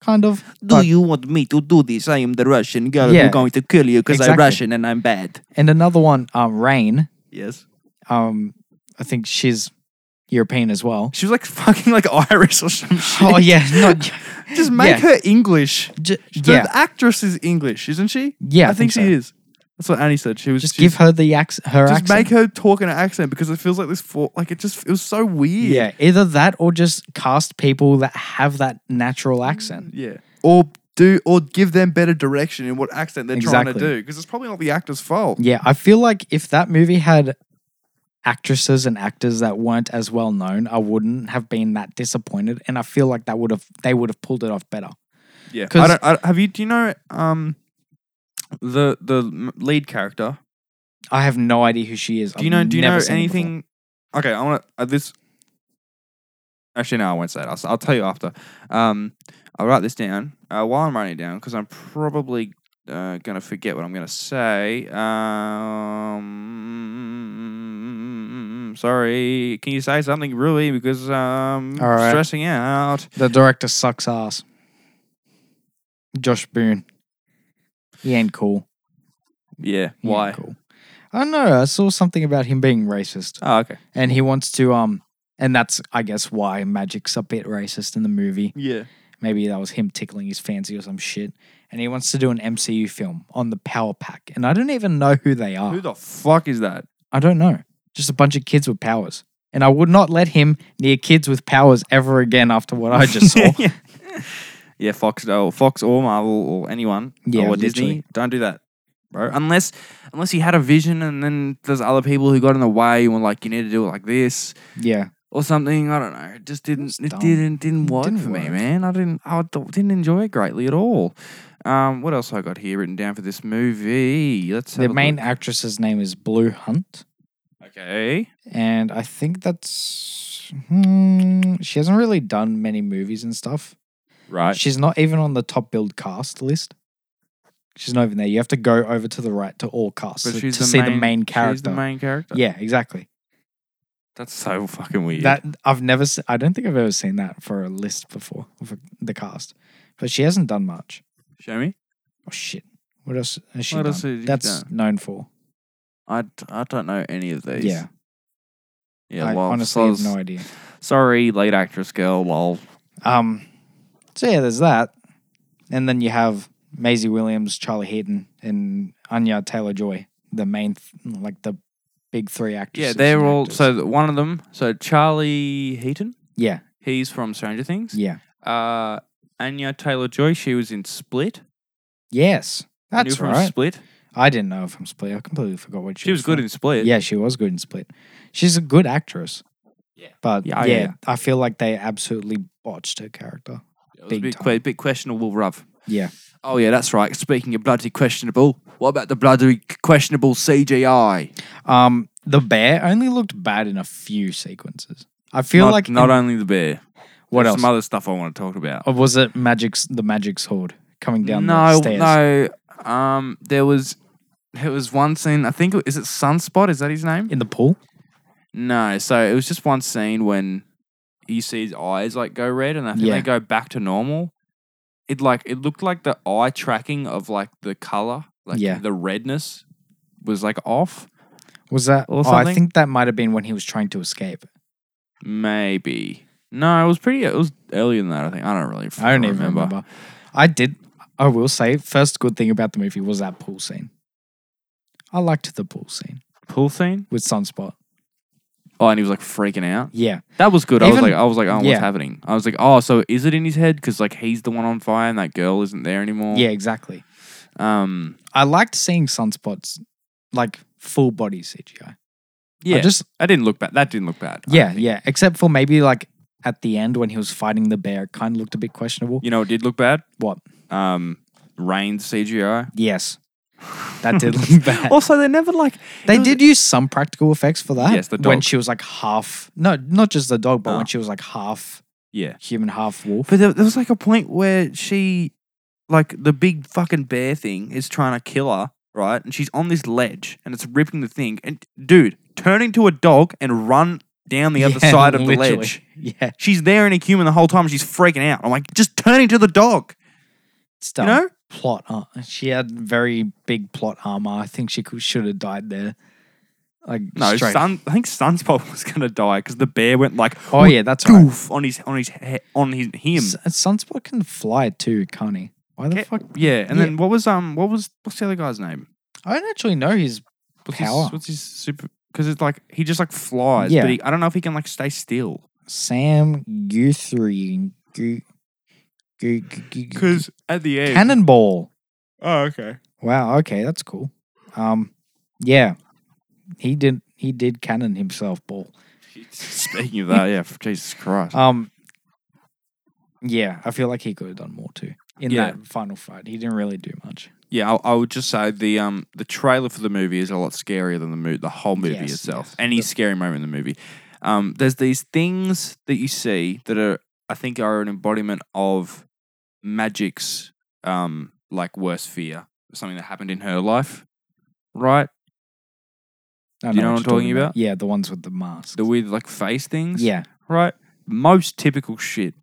[SPEAKER 2] kind of. But-
[SPEAKER 4] you want me to do this? I am the Russian girl.
[SPEAKER 2] Yeah.
[SPEAKER 4] to kill you
[SPEAKER 2] Exactly.
[SPEAKER 4] and I'm bad.
[SPEAKER 2] and another one, um, Rain.
[SPEAKER 1] Yes.
[SPEAKER 2] Um, I think she's European as well.
[SPEAKER 1] She was like fucking like Irish or some shit.
[SPEAKER 2] Oh yeah, not,
[SPEAKER 1] Just make
[SPEAKER 2] yeah.
[SPEAKER 1] her English.
[SPEAKER 2] j-
[SPEAKER 1] Yeah.
[SPEAKER 2] yeah,
[SPEAKER 1] The actress is English, isn't she?
[SPEAKER 2] yeah.
[SPEAKER 1] I, think,
[SPEAKER 2] so.
[SPEAKER 1] she is. That's what Annie said. She was
[SPEAKER 2] Just
[SPEAKER 1] she's-
[SPEAKER 2] give her the accent. Her
[SPEAKER 1] just
[SPEAKER 2] accent.
[SPEAKER 1] make her talk in an accent because it feels like this for like it just it was so weird.
[SPEAKER 2] yeah, either that or just cast people that have that
[SPEAKER 1] Mm.
[SPEAKER 2] natural accent.
[SPEAKER 1] Yeah. Or do or give them better direction in what accent they're trying to
[SPEAKER 2] Exactly.
[SPEAKER 1] do because it's probably not the actor's fault.
[SPEAKER 2] Yeah, I feel like if that movie had actresses and actors that weren't as well known, I wouldn't have been that disappointed, and I feel like that would have they would have pulled it off better.
[SPEAKER 1] Yeah.
[SPEAKER 2] 'Cause-
[SPEAKER 1] I don't, I, have you do you know um the the m- lead character?
[SPEAKER 2] I have no idea who she is.
[SPEAKER 1] Do you know do you know anything Okay, I want to uh, this Actually no, I won't say it. I'll, s- I'll tell you after. Um I'll write this down uh, while I'm writing it down because I'm probably uh, gonna forget what I'm gonna say. Um, sorry. Can you say something really? Because um,
[SPEAKER 2] All right.
[SPEAKER 1] stressing out.
[SPEAKER 2] The director sucks ass. Josh Boone. He ain't cool.
[SPEAKER 1] Yeah.
[SPEAKER 2] He ain't
[SPEAKER 1] Why?
[SPEAKER 2] cool. I don't know. I saw something about him being racist.
[SPEAKER 1] Oh, okay.
[SPEAKER 2] and he wants to um and that's I guess why Magic's a bit racist in the movie.
[SPEAKER 1] Yeah.
[SPEAKER 2] Maybe that was him tickling his fancy or some shit. And he wants to do an MCU film on the Power Pack. And I don't even know who they are.
[SPEAKER 1] Who the fuck is that?
[SPEAKER 2] I don't know. Just a bunch of kids with powers. And I would not let him near kids with powers ever again after what I just saw.
[SPEAKER 1] yeah. yeah, Fox or Fox or Marvel or anyone oh,
[SPEAKER 2] Yeah,
[SPEAKER 1] or Disney.
[SPEAKER 2] literally.
[SPEAKER 1] Don't do that, bro. Unless unless he had a vision and then there's other people who got in the way and were like, you need to do it like this
[SPEAKER 2] yeah.
[SPEAKER 1] or something. I don't know. It just didn't.
[SPEAKER 2] was
[SPEAKER 1] It,
[SPEAKER 2] dumb.
[SPEAKER 1] didn't didn't
[SPEAKER 2] It
[SPEAKER 1] work
[SPEAKER 2] didn't
[SPEAKER 1] for me,
[SPEAKER 2] work.
[SPEAKER 1] man. I didn't. I d- didn't enjoy it greatly at all. Um, what else I got here written down for this movie? Let's have
[SPEAKER 2] The
[SPEAKER 1] a
[SPEAKER 2] main
[SPEAKER 1] look.
[SPEAKER 2] actress's name is Blue Hunt.
[SPEAKER 1] Okay.
[SPEAKER 2] And I think that's hmm, she hasn't really done many movies and stuff.
[SPEAKER 1] Right.
[SPEAKER 2] She's not even on the top build cast list. She's not even there. You have to go over to the right to all casts to, to see the main character.
[SPEAKER 1] She's the main character.
[SPEAKER 2] yeah, exactly.
[SPEAKER 1] That's so fucking weird.
[SPEAKER 2] That I've never. Se- I don't think I've ever seen that for a list before for the cast. But she hasn't done much.
[SPEAKER 1] Show me.
[SPEAKER 2] Oh shit! What else has she
[SPEAKER 1] What
[SPEAKER 2] done?
[SPEAKER 1] else has she
[SPEAKER 2] That's
[SPEAKER 1] done?
[SPEAKER 2] known for.
[SPEAKER 1] I, d- I don't know any of these.
[SPEAKER 2] Yeah,
[SPEAKER 1] Yeah,
[SPEAKER 2] I
[SPEAKER 1] lol.
[SPEAKER 2] honestly
[SPEAKER 1] Soz-
[SPEAKER 2] have no idea.
[SPEAKER 1] Sorry, late actress girl, lol.
[SPEAKER 2] Um, so yeah, there's that, and then you have Maisie Williams, Charlie Heaton, and Anya Taylor Joy, the main, th- like the big three actors.
[SPEAKER 1] Yeah, they're all. So th- one of them, so Charlie Heaton,
[SPEAKER 2] yeah,
[SPEAKER 1] he's from Stranger Things.
[SPEAKER 2] yeah,
[SPEAKER 1] Uh, Anya Taylor Joy, she was in Split.
[SPEAKER 2] yes,
[SPEAKER 1] I knew
[SPEAKER 2] that's
[SPEAKER 1] from
[SPEAKER 2] right.
[SPEAKER 1] Split.
[SPEAKER 2] I didn't know from Split. I completely forgot what she,
[SPEAKER 1] She was good in Split.
[SPEAKER 2] Split. Yeah, she was good in Split. She's a good actress. Yeah, but
[SPEAKER 1] Yeah,
[SPEAKER 2] yeah,
[SPEAKER 1] yeah, yeah.
[SPEAKER 2] I feel like they absolutely botched her character.
[SPEAKER 1] it was a
[SPEAKER 2] big
[SPEAKER 1] bit,
[SPEAKER 2] time.
[SPEAKER 1] que- bit questionable, rough.
[SPEAKER 2] Yeah,
[SPEAKER 1] Oh yeah, that's right. Speaking of bloody questionable, what about the bloody questionable CGI?
[SPEAKER 2] um, the bear only looked bad in a few sequences. I feel
[SPEAKER 1] not,
[SPEAKER 2] like
[SPEAKER 1] not
[SPEAKER 2] in-
[SPEAKER 1] only the bear.
[SPEAKER 2] what
[SPEAKER 1] there's
[SPEAKER 2] else?
[SPEAKER 1] Some other stuff I want to talk about.
[SPEAKER 2] Or was it magic's the magic sword coming down
[SPEAKER 1] no,
[SPEAKER 2] the stairs?
[SPEAKER 1] no. Um, there was it was one scene. I think it- is it Sunspot? Is that his name?
[SPEAKER 2] In the pool?
[SPEAKER 1] No, so it was just one scene when you see his eyes like go red, and I think
[SPEAKER 2] Yeah.
[SPEAKER 1] they go back to normal. It like it looked like the eye tracking of like the color, like
[SPEAKER 2] Yeah.
[SPEAKER 1] the redness was like off.
[SPEAKER 2] Was that
[SPEAKER 1] Or
[SPEAKER 2] oh, I
[SPEAKER 1] something?
[SPEAKER 2] think that might have been when he was trying to escape.
[SPEAKER 1] Maybe no, it was pretty. It was earlier than that. I think I don't really.
[SPEAKER 2] I don't
[SPEAKER 1] fucking
[SPEAKER 2] even remember. I did I will say first good thing about the movie was that pool scene. I liked the pool scene
[SPEAKER 1] pool scene.
[SPEAKER 2] with Sunspot.
[SPEAKER 1] Oh, and he was like freaking out.
[SPEAKER 2] Yeah.
[SPEAKER 1] That was good. I was
[SPEAKER 2] Even-
[SPEAKER 1] like, I was like, oh,
[SPEAKER 2] yeah.
[SPEAKER 1] what's happening? I was like, oh, so is it in his head? Because like he's the one on fire, and that girl isn't there anymore.
[SPEAKER 2] Yeah, exactly.
[SPEAKER 1] Um.
[SPEAKER 2] I liked seeing sunspots like full body CGI.
[SPEAKER 1] Yeah.
[SPEAKER 2] I just
[SPEAKER 1] I didn't look bad. That didn't look bad. Uh, I
[SPEAKER 2] yeah,
[SPEAKER 1] think.
[SPEAKER 2] yeah. Except for maybe like at the end when he was fighting the bear, it kind of looked a bit questionable.
[SPEAKER 1] You know, it did look bad.
[SPEAKER 2] What?
[SPEAKER 1] Um, Rain's CGI.
[SPEAKER 2] Yes. That did look bad.
[SPEAKER 1] Also, they never like
[SPEAKER 2] They
[SPEAKER 1] It was-
[SPEAKER 2] did use some practical effects for that.
[SPEAKER 1] Yes, the
[SPEAKER 2] When
[SPEAKER 1] dog.
[SPEAKER 2] she was like half, no, not just the dog, but
[SPEAKER 1] Ah.
[SPEAKER 2] when she was like half
[SPEAKER 1] yeah.
[SPEAKER 2] human, half wolf.
[SPEAKER 1] But there, there was like a point where she, like the big fucking bear thing, is trying to kill her, right? And she's on this ledge, and it's ripping the thing. And dude, turn into a dog and run down the other
[SPEAKER 2] Yeah,
[SPEAKER 1] side of the
[SPEAKER 2] literally.
[SPEAKER 1] ledge.
[SPEAKER 2] Yeah,
[SPEAKER 1] She's there in a human the whole time. She's freaking out. I'm like, just turn into the dog.
[SPEAKER 2] it's dumb.
[SPEAKER 1] know?
[SPEAKER 2] plot. ar- she had very big plot armor. I think she could, should have died there. Like
[SPEAKER 1] No,
[SPEAKER 2] straight.
[SPEAKER 1] Sun. I think Sunspot was gonna die because the bear went like,
[SPEAKER 2] oh yeah, that's right.
[SPEAKER 1] goof on his on his he- on his him.
[SPEAKER 2] S- Sunspot can fly too, can't he? Why the
[SPEAKER 1] Ca-
[SPEAKER 2] fuck?
[SPEAKER 1] Yeah, and
[SPEAKER 2] Yeah.
[SPEAKER 1] then what was um what was what's the other guy's name?
[SPEAKER 2] I don't actually know his
[SPEAKER 1] What's
[SPEAKER 2] Power.
[SPEAKER 1] His, what's his super? Because it's like he just like flies.
[SPEAKER 2] Yeah.
[SPEAKER 1] but he, I don't know if he can like stay still.
[SPEAKER 2] Sam Guthrie. Gu- Gu- Gu- Gu- Gu-
[SPEAKER 1] Because at the end,
[SPEAKER 2] Cannonball.
[SPEAKER 1] oh okay,
[SPEAKER 2] Wow. Okay, that's cool. Um, yeah, he did. He did cannon himself. Ball.
[SPEAKER 1] Speaking of that, yeah, f- Jesus Christ.
[SPEAKER 2] Um, yeah, I feel like he could have done more too in
[SPEAKER 1] Yeah.
[SPEAKER 2] that final fight. He didn't really do much.
[SPEAKER 1] yeah, I, I would just say the um the trailer for the movie is a lot scarier than the mo- the whole movie
[SPEAKER 2] Yes,
[SPEAKER 1] itself.
[SPEAKER 2] yes.
[SPEAKER 1] Any scary moment in the movie, um, there's these things that you see that are I think are an embodiment of Magic's um like worst fear, something that happened in her life, right?
[SPEAKER 2] I
[SPEAKER 1] Do you know what
[SPEAKER 2] you're
[SPEAKER 1] I'm talking about?
[SPEAKER 2] Yeah, the ones with the masks.
[SPEAKER 1] The weird like face things.
[SPEAKER 2] yeah,
[SPEAKER 1] right? Most typical shit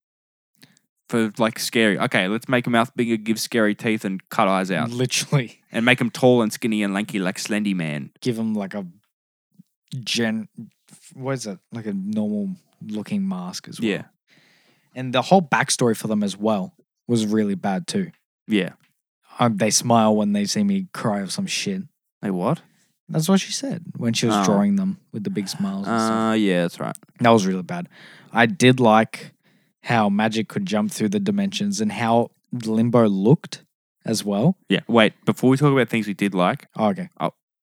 [SPEAKER 1] for like scary. Okay, let's make a mouth bigger, give scary teeth, and cut eyes out,
[SPEAKER 2] literally
[SPEAKER 1] and make them tall and skinny and lanky like Slendy Man.
[SPEAKER 2] give him like a gen. What is it? Like a normal looking mask as well.
[SPEAKER 1] Yeah,
[SPEAKER 2] and the whole backstory for them as well was really bad too.
[SPEAKER 1] yeah.
[SPEAKER 2] Um, they smile when they see me cry or some shit.
[SPEAKER 1] Hey, what?
[SPEAKER 2] That's what she said when she was
[SPEAKER 1] Oh.
[SPEAKER 2] drawing them with the big smiles. And stuff.
[SPEAKER 1] Uh, yeah, that's right.
[SPEAKER 2] That was really bad. I did like how magic could jump through the dimensions and how Limbo looked as well.
[SPEAKER 1] Yeah. Wait, before we talk about things we did like,
[SPEAKER 2] Oh, okay.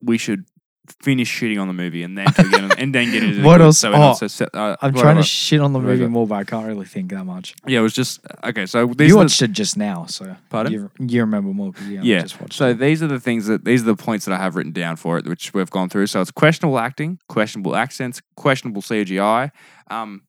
[SPEAKER 1] we should finish shitting on the movie and then to get on- and then get into the
[SPEAKER 2] What
[SPEAKER 1] good,
[SPEAKER 2] else?
[SPEAKER 1] So we're not
[SPEAKER 2] Oh,
[SPEAKER 1] so set- uh,
[SPEAKER 2] I'm
[SPEAKER 1] right,
[SPEAKER 2] trying to
[SPEAKER 1] right.
[SPEAKER 2] shit on the
[SPEAKER 1] Right,
[SPEAKER 2] movie
[SPEAKER 1] right.
[SPEAKER 2] more, but I can't really think that much.
[SPEAKER 1] yeah, it was just okay. So these
[SPEAKER 2] You
[SPEAKER 1] are the-
[SPEAKER 2] watched it just now, so
[SPEAKER 1] Pardon?
[SPEAKER 2] you, you remember more because you
[SPEAKER 1] Yeah,
[SPEAKER 2] just watched
[SPEAKER 1] So
[SPEAKER 2] it.
[SPEAKER 1] these are the things that these are the points that I have written down for it, which we've gone through. So it's questionable acting, questionable accents, questionable CGI. Um,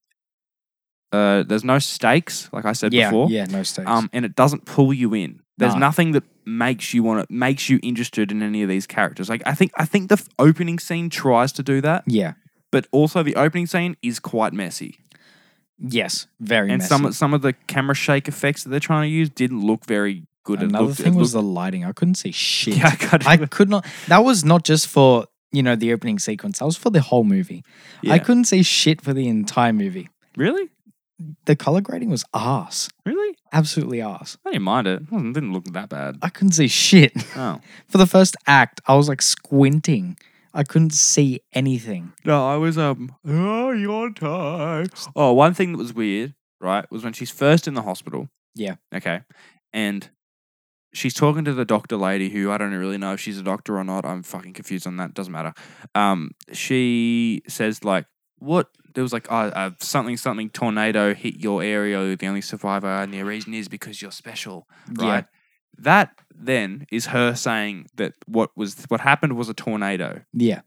[SPEAKER 1] uh, there's no stakes, like I said
[SPEAKER 2] yeah,
[SPEAKER 1] before.
[SPEAKER 2] yeah, no stakes.
[SPEAKER 1] Um, and it doesn't pull you in. There's
[SPEAKER 2] Nah.
[SPEAKER 1] nothing that makes you want to makes you interested in any of these characters. Like I think I think the f- opening scene tries to do that,
[SPEAKER 2] yeah,
[SPEAKER 1] but also the opening scene is quite messy.
[SPEAKER 2] yes, very.
[SPEAKER 1] and
[SPEAKER 2] messy.
[SPEAKER 1] some some of the camera shake effects that they're trying to use didn't look very good. It
[SPEAKER 2] Another
[SPEAKER 1] looked- it
[SPEAKER 2] thing was
[SPEAKER 1] looked-
[SPEAKER 2] the lighting. I couldn't see shit.
[SPEAKER 1] yeah, I got it.
[SPEAKER 2] I could not. That was not just for you know the opening sequence. That was for the whole movie. I
[SPEAKER 1] Yeah.
[SPEAKER 2] couldn't see shit for the entire movie.
[SPEAKER 1] really,
[SPEAKER 2] The color grading was ass,
[SPEAKER 1] really.
[SPEAKER 2] absolutely ass.
[SPEAKER 1] I didn't mind it. It wasn't- didn't look that bad.
[SPEAKER 2] I couldn't see shit
[SPEAKER 1] Oh
[SPEAKER 2] for the first act. I was like squinting. I couldn't see anything.
[SPEAKER 1] no, I was um. Oh, your time. Oh, one thing that was weird, right, was when she's first in the hospital.
[SPEAKER 2] Yeah.
[SPEAKER 1] Okay, and she's talking to the doctor lady, who I don't really know if she's a doctor or not. I'm fucking confused on that. Doesn't matter. Um, she says like, "What?" There was like, "Oh, uh, something, something tornado hit your area. You're the only survivor, and the reason is because you're special." right? That then is her saying that what was what happened was a tornado.
[SPEAKER 2] Yeah,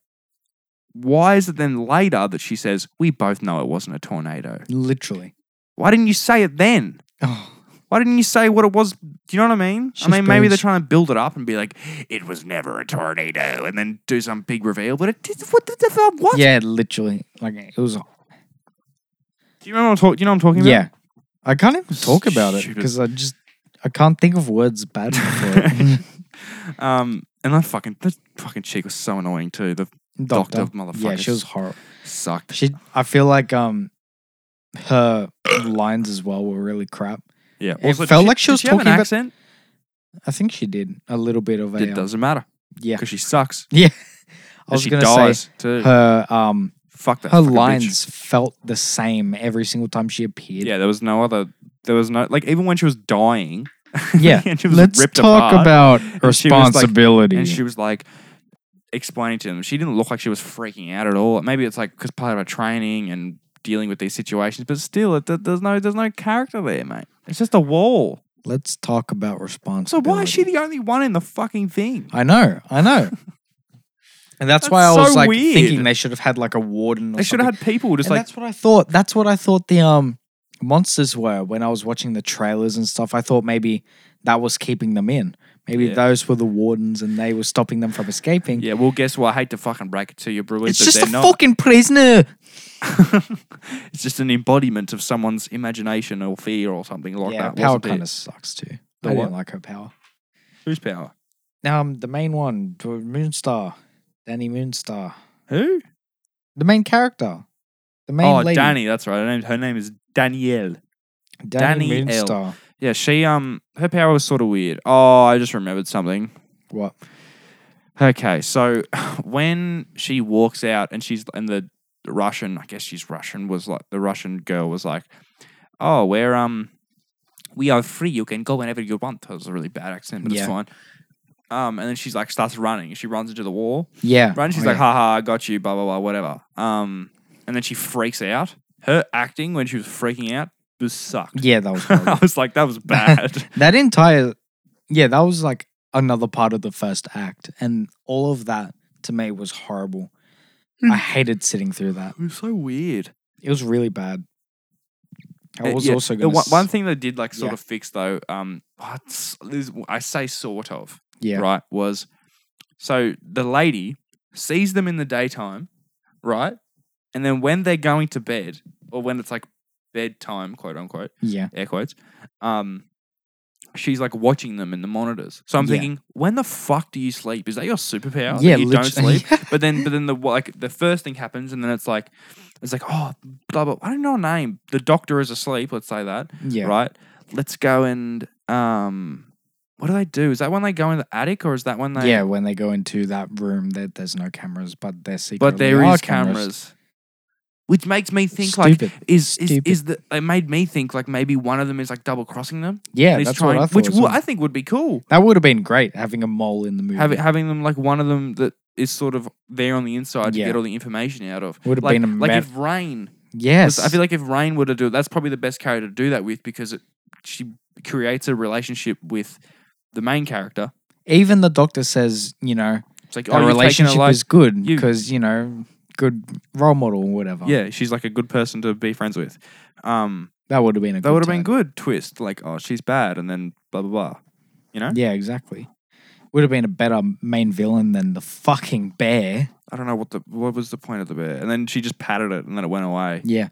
[SPEAKER 1] Why is it then later that she says we both know it wasn't a tornado?
[SPEAKER 2] yeah, literally.
[SPEAKER 1] Why didn't you say it then?
[SPEAKER 2] Oh,
[SPEAKER 1] Why didn't you say what it was? Do you know what I mean?
[SPEAKER 2] She's
[SPEAKER 1] I mean, maybe
[SPEAKER 2] being
[SPEAKER 1] they're
[SPEAKER 2] sh-
[SPEAKER 1] trying to build it up and be like, it was never a tornado, and then do some big reveal. But it did. What the the fuck? What?
[SPEAKER 2] yeah, literally. Like it was.
[SPEAKER 1] Do you remember what I'm talking? You know what I'm talking
[SPEAKER 2] Yeah, I can't even talk about it
[SPEAKER 1] Stupid.
[SPEAKER 2] because I just I can't think of words bad for it.
[SPEAKER 1] about? Um, and that fucking that fucking chick was so annoying too. The Doctor
[SPEAKER 2] Yeah,
[SPEAKER 1] motherfuckers.
[SPEAKER 2] she was horrible.
[SPEAKER 1] sucked.
[SPEAKER 2] She, I feel like um, her lines as well were really crap.
[SPEAKER 1] Yeah.
[SPEAKER 2] It felt like she
[SPEAKER 1] did
[SPEAKER 2] was
[SPEAKER 1] have an
[SPEAKER 2] talking about-
[SPEAKER 1] accent.
[SPEAKER 2] I think she did a little bit of a.
[SPEAKER 1] It doesn't matter
[SPEAKER 2] Yeah,
[SPEAKER 1] because she sucks.
[SPEAKER 2] yeah. I
[SPEAKER 1] And
[SPEAKER 2] was
[SPEAKER 1] she
[SPEAKER 2] gonna
[SPEAKER 1] dies
[SPEAKER 2] say
[SPEAKER 1] too.
[SPEAKER 2] her um
[SPEAKER 1] Fuck that.
[SPEAKER 2] her
[SPEAKER 1] fucking bitch.
[SPEAKER 2] lines felt the same every single time she appeared.
[SPEAKER 1] Yeah, there was no other. There was no like even when she was dying.
[SPEAKER 2] Yeah,
[SPEAKER 1] and she was
[SPEAKER 2] Let's
[SPEAKER 1] ripped
[SPEAKER 2] talk
[SPEAKER 1] apart,
[SPEAKER 2] about
[SPEAKER 1] and she was like-
[SPEAKER 2] responsibility.
[SPEAKER 1] And she was like explaining to them. She didn't look like she was freaking out at all. Maybe it's like because part of her training and dealing with these situations, but still, it, there- there's no there's no character there, mate. It's just a wall.
[SPEAKER 2] Let's talk about responsibility.
[SPEAKER 1] So why is she the only one in the fucking thing?
[SPEAKER 2] I know, I know. And that's, why I
[SPEAKER 1] That's
[SPEAKER 2] was
[SPEAKER 1] so
[SPEAKER 2] like
[SPEAKER 1] weird.
[SPEAKER 2] thinking they should have had like a warden. Or
[SPEAKER 1] They should
[SPEAKER 2] something.
[SPEAKER 1] have had people just
[SPEAKER 2] And
[SPEAKER 1] like
[SPEAKER 2] that's what I thought. That's what I thought the um monsters were when I was watching the trailers and stuff. I thought maybe that was keeping them in, Maybe
[SPEAKER 1] Yeah.
[SPEAKER 2] those were the wardens and they were stopping them from escaping.
[SPEAKER 1] Yeah, well, guess what? I hate to fucking break it to you, Bruins.
[SPEAKER 2] It's
[SPEAKER 1] that
[SPEAKER 2] just
[SPEAKER 1] they're
[SPEAKER 2] a
[SPEAKER 1] not.
[SPEAKER 2] fucking prisoner.
[SPEAKER 1] It's just an embodiment of someone's imagination or fear or something like
[SPEAKER 2] yeah,
[SPEAKER 1] that.
[SPEAKER 2] power
[SPEAKER 1] wasn't it?
[SPEAKER 2] kind of sucks too.
[SPEAKER 1] The
[SPEAKER 2] I
[SPEAKER 1] what?
[SPEAKER 2] don't like her power.
[SPEAKER 1] Who's power?
[SPEAKER 2] Now um, the main one, the Moonstar, Danny Moonstar,
[SPEAKER 1] Who?
[SPEAKER 2] the main character, the main
[SPEAKER 1] oh,
[SPEAKER 2] lady,
[SPEAKER 1] Danny. That's right. Her name, her name is Danielle.
[SPEAKER 2] Danny,
[SPEAKER 1] Danny L.
[SPEAKER 2] Moonstar.
[SPEAKER 1] Yeah, she um, her power was sort of weird. Oh, I just remembered something.
[SPEAKER 2] What?
[SPEAKER 1] Okay, so when she walks out and she's and the Russian, I guess she's Russian, was like the Russian girl was like, "Oh, we're um, we are free. You can go whenever you want." That was a really bad accent, but
[SPEAKER 2] Yeah.
[SPEAKER 1] it's fine. Um, and then she's like starts running. She runs into the wall.
[SPEAKER 2] Yeah,
[SPEAKER 1] Right? And she's
[SPEAKER 2] Oh,
[SPEAKER 1] like, "Ha
[SPEAKER 2] yeah.
[SPEAKER 1] ha, I got you." Blah blah blah, whatever. Um, and then she freaks out. Her acting when she was freaking out was sucked.
[SPEAKER 2] yeah, that was
[SPEAKER 1] I
[SPEAKER 2] horrible.
[SPEAKER 1] was like, that was bad.
[SPEAKER 2] that entire. Yeah, that was like another part of the first act, and all of that to me was horrible.
[SPEAKER 1] Hmm.
[SPEAKER 2] I hated sitting through that.
[SPEAKER 1] it was so weird.
[SPEAKER 2] It was really bad. I
[SPEAKER 1] Uh,
[SPEAKER 2] was
[SPEAKER 1] yeah.
[SPEAKER 2] also
[SPEAKER 1] The
[SPEAKER 2] going
[SPEAKER 1] one, one thing they did like sort
[SPEAKER 2] Yeah.
[SPEAKER 1] of fix though, um, oh, it's- there's- I say sort of
[SPEAKER 2] yeah,
[SPEAKER 1] right was, so the lady sees them in the daytime, right, and then when they're going to bed or when it's like bedtime, quote unquote,
[SPEAKER 2] yeah,
[SPEAKER 1] air quotes, um, she's like watching them in the monitors. So I'm
[SPEAKER 2] Yeah.
[SPEAKER 1] thinking, when the fuck do you sleep? Is that your superpower? that
[SPEAKER 2] yeah.
[SPEAKER 1] you don't
[SPEAKER 2] literally-
[SPEAKER 1] sleep. But then, but then the like the first thing happens, and then it's like, it's like oh blah blah. I don't know her name. The doctor is asleep. Let's say that.
[SPEAKER 2] yeah,
[SPEAKER 1] Right. Let's go and um, what do they do? Is that when they go in the attic, or is that when they?
[SPEAKER 2] yeah. When they go into that room, there, there's no cameras, but they're secretly
[SPEAKER 1] But there
[SPEAKER 2] are
[SPEAKER 1] is cameras. Which makes me think like
[SPEAKER 2] Stupid.
[SPEAKER 1] is is,
[SPEAKER 2] Stupid.
[SPEAKER 1] is the it made me think like maybe one of them is like double crossing them.
[SPEAKER 2] yeah,
[SPEAKER 1] and he's
[SPEAKER 2] that's
[SPEAKER 1] trying,
[SPEAKER 2] what I thought.
[SPEAKER 1] which
[SPEAKER 2] as
[SPEAKER 1] wo-
[SPEAKER 2] well.
[SPEAKER 1] I think would be cool.
[SPEAKER 2] that would have been great having a mole in the movie.
[SPEAKER 1] Having having them like one of them that is sort of there on the inside
[SPEAKER 2] Yeah.
[SPEAKER 1] to get all the information out of.
[SPEAKER 2] Would have
[SPEAKER 1] like,
[SPEAKER 2] been a
[SPEAKER 1] like
[SPEAKER 2] ma-
[SPEAKER 1] if rain
[SPEAKER 2] yes,
[SPEAKER 1] I feel like if Rain were to do it, that's probably the best character to do that with because it, she creates a relationship with the main character.
[SPEAKER 2] even the doctor says, you know,
[SPEAKER 1] It's like,
[SPEAKER 2] our
[SPEAKER 1] oh,
[SPEAKER 2] relationship
[SPEAKER 1] you
[SPEAKER 2] is good
[SPEAKER 1] you-
[SPEAKER 2] because you know, good role model or whatever.
[SPEAKER 1] yeah, she's like a good person to be friends with. Um,
[SPEAKER 2] that would have been a.
[SPEAKER 1] that would have been
[SPEAKER 2] time.
[SPEAKER 1] good twist. Like, oh, she's bad, and then blah blah blah. You know,
[SPEAKER 2] Yeah, exactly. Would have been a better main villain than the fucking bear.
[SPEAKER 1] I don't know what the what was the point of the bear, and then she just patted it, and then it went away.
[SPEAKER 2] Yeah,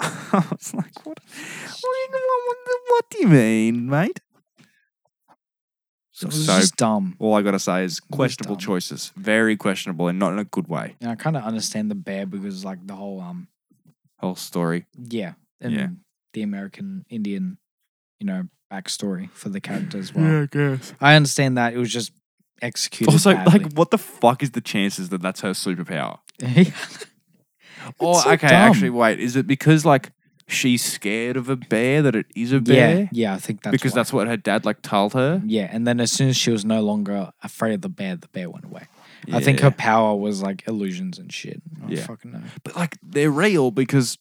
[SPEAKER 1] I was like, what? What, do you- what- what- what do you mean, mate?
[SPEAKER 2] it was
[SPEAKER 1] So-
[SPEAKER 2] just dumb.
[SPEAKER 1] All I gotta say is questionable
[SPEAKER 2] dumb.
[SPEAKER 1] choices, very questionable, and not in a good way.
[SPEAKER 2] And I kind of understand the bear because like the whole um
[SPEAKER 1] Whole story.
[SPEAKER 2] yeah and
[SPEAKER 1] Yeah.
[SPEAKER 2] the American Indian you know backstory for the character as well.
[SPEAKER 1] I guess.
[SPEAKER 2] I understand that it was just executed.
[SPEAKER 1] Also,
[SPEAKER 2] badly.
[SPEAKER 1] like, what the fuck is the chances that that's her superpower? Or
[SPEAKER 2] so
[SPEAKER 1] Oh, okay,
[SPEAKER 2] dumb.
[SPEAKER 1] actually, wait, is it because like she's scared of a bear that it is a bear?
[SPEAKER 2] yeah, yeah, I think that's
[SPEAKER 1] because
[SPEAKER 2] why.
[SPEAKER 1] that's what her dad like told her.
[SPEAKER 2] yeah. And then as soon as she was no longer afraid of the bear, the bear went away. I think her
[SPEAKER 1] Yeah.
[SPEAKER 2] power was like illusions and shit. I
[SPEAKER 1] Yeah.
[SPEAKER 2] fucking know.
[SPEAKER 1] but like they're real because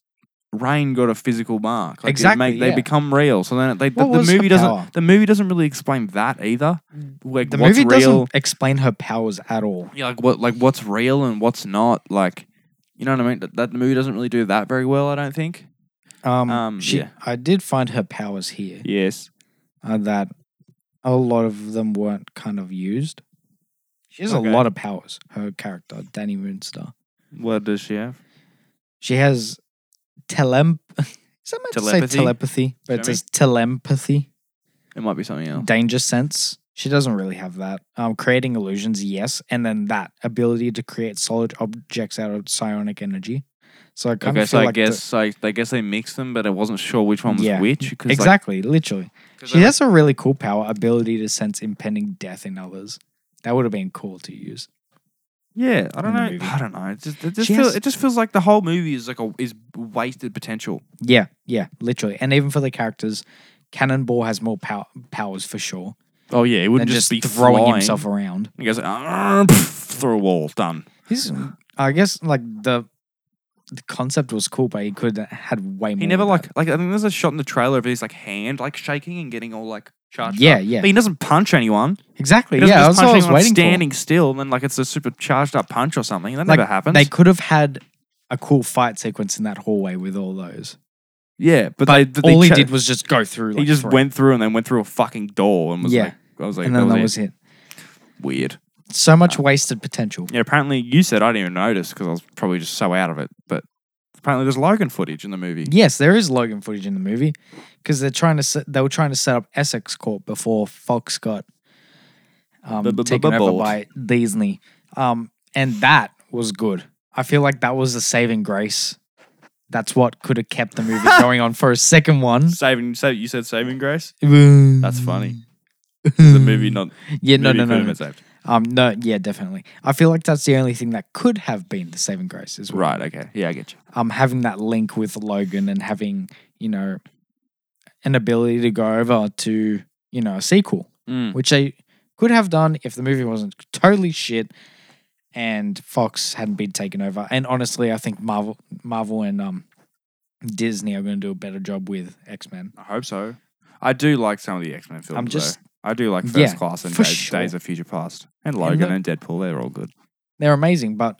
[SPEAKER 1] Rain got a physical mark. Like, it
[SPEAKER 2] Exactly,
[SPEAKER 1] make- they
[SPEAKER 2] yeah.
[SPEAKER 1] become real. So then they, the,
[SPEAKER 2] What
[SPEAKER 1] the
[SPEAKER 2] was her
[SPEAKER 1] movie doesn't.
[SPEAKER 2] power?
[SPEAKER 1] The movie doesn't really explain that either. Like
[SPEAKER 2] The
[SPEAKER 1] what's
[SPEAKER 2] movie
[SPEAKER 1] real.
[SPEAKER 2] doesn't explain her powers at all.
[SPEAKER 1] Yeah, like what, like what's real and what's not. Like, you know what I mean? That, that the movie doesn't really do that very well. I don't think.
[SPEAKER 2] Um,
[SPEAKER 1] Um,
[SPEAKER 2] she,
[SPEAKER 1] yeah.
[SPEAKER 2] I did find her powers here
[SPEAKER 1] Yes.
[SPEAKER 2] uh, that a lot of them weren't kind of used. She has
[SPEAKER 1] Okay.
[SPEAKER 2] a lot of powers. Her character, Danny Moonstar,
[SPEAKER 1] What does she have?
[SPEAKER 2] she has telem. Is that meant to
[SPEAKER 1] Telepathy?
[SPEAKER 2] say telepathy? But it
[SPEAKER 1] Jeremy?
[SPEAKER 2] says telepathy,
[SPEAKER 1] It might be something else.
[SPEAKER 2] danger sense. She doesn't really have that. Um, creating illusions, yes, and then that ability to create solid objects out of psionic energy. So I kind
[SPEAKER 1] Okay,
[SPEAKER 2] of feel
[SPEAKER 1] so I
[SPEAKER 2] like the-
[SPEAKER 1] guess like I guess they mixed them, but I wasn't sure which one was
[SPEAKER 2] Yeah,
[SPEAKER 1] which. 'cause, like-
[SPEAKER 2] exactly, literally.
[SPEAKER 1] 'cause
[SPEAKER 2] She
[SPEAKER 1] I-
[SPEAKER 2] has a really cool power ability to sense impending death in others. That would have been cool to use.
[SPEAKER 1] yeah, I don't
[SPEAKER 2] in the
[SPEAKER 1] know.
[SPEAKER 2] movie.
[SPEAKER 1] I don't know. It just, it just
[SPEAKER 2] She
[SPEAKER 1] feels
[SPEAKER 2] has-
[SPEAKER 1] it just feels like the whole movie is like a is wasted potential.
[SPEAKER 2] Yeah, yeah, literally. And even for the characters, Cannonball has more pow- powers for sure
[SPEAKER 1] Oh yeah, it
[SPEAKER 2] than
[SPEAKER 1] wouldn't
[SPEAKER 2] just,
[SPEAKER 1] just, be
[SPEAKER 2] throwing
[SPEAKER 1] flying.
[SPEAKER 2] himself around.
[SPEAKER 1] He goes "Arr, pff, through a wall, done.
[SPEAKER 2] He's, I guess, like the the concept was cool, but he could have had way more.
[SPEAKER 1] He never
[SPEAKER 2] than
[SPEAKER 1] like
[SPEAKER 2] that.
[SPEAKER 1] like I think there's a shot in the trailer of his like hand like shaking and getting all like charged.
[SPEAKER 2] Yeah,
[SPEAKER 1] up.
[SPEAKER 2] yeah.
[SPEAKER 1] But he doesn't punch anyone. He
[SPEAKER 2] exactly.
[SPEAKER 1] doesn't
[SPEAKER 2] Yeah,
[SPEAKER 1] just
[SPEAKER 2] that's
[SPEAKER 1] punch
[SPEAKER 2] what I was
[SPEAKER 1] anyone
[SPEAKER 2] waiting
[SPEAKER 1] standing still, and then like it's a super charged up punch or something. That
[SPEAKER 2] Like,
[SPEAKER 1] never
[SPEAKER 2] for.
[SPEAKER 1] happens.
[SPEAKER 2] They could have had a cool fight sequence in that hallway with all those.
[SPEAKER 1] yeah, but, they,
[SPEAKER 2] All he
[SPEAKER 1] cha-
[SPEAKER 2] did was just go through. Like,
[SPEAKER 1] he just
[SPEAKER 2] three.
[SPEAKER 1] went through and then went through a fucking door and was
[SPEAKER 2] Yeah,
[SPEAKER 1] like, I was like,
[SPEAKER 2] and then
[SPEAKER 1] that was, it.
[SPEAKER 2] it.
[SPEAKER 1] weird.
[SPEAKER 2] So much wasted potential.
[SPEAKER 1] Yeah, apparently you said I didn't even notice because I was probably just so out of it. But apparently there's Logan footage in the movie.
[SPEAKER 2] Yes, there is Logan footage in the movie because they're trying to set, they were trying to set up Essex Court before Fox got um, taken over
[SPEAKER 1] B-b-b-bought.
[SPEAKER 2] by Disney, um, and that was good. I feel like that was the saving grace. That's what could have kept the movie going on for a second one.
[SPEAKER 1] Saving, sa- you said Saving Grace.
[SPEAKER 2] That's
[SPEAKER 1] That's funny. the movie not
[SPEAKER 2] Mm. Yeah, no,
[SPEAKER 1] movie
[SPEAKER 2] no,
[SPEAKER 1] could
[SPEAKER 2] no,
[SPEAKER 1] have
[SPEAKER 2] no.
[SPEAKER 1] been saved.
[SPEAKER 2] Um, no, yeah, definitely. I feel like that's the only thing that could have been the saving grace as well.
[SPEAKER 1] Right. Okay. Yeah, I get you.
[SPEAKER 2] um, having that link with Logan and having, you know, an ability to go over to, you know, a sequel,
[SPEAKER 1] Mm.
[SPEAKER 2] which they could have done if the movie wasn't totally shit and Fox hadn't been taken over. And honestly, I think Marvel Marvel and um Disney are gonna do a better job with X Men.
[SPEAKER 1] I hope so. I do like some of the X Men films.
[SPEAKER 2] I'm just
[SPEAKER 1] though. I do like First
[SPEAKER 2] Yeah,
[SPEAKER 1] Class and
[SPEAKER 2] for
[SPEAKER 1] Days,
[SPEAKER 2] sure.
[SPEAKER 1] Days of Future Past and
[SPEAKER 2] And
[SPEAKER 1] Logan
[SPEAKER 2] the-
[SPEAKER 1] and Deadpool. They're all good.
[SPEAKER 2] they're amazing, but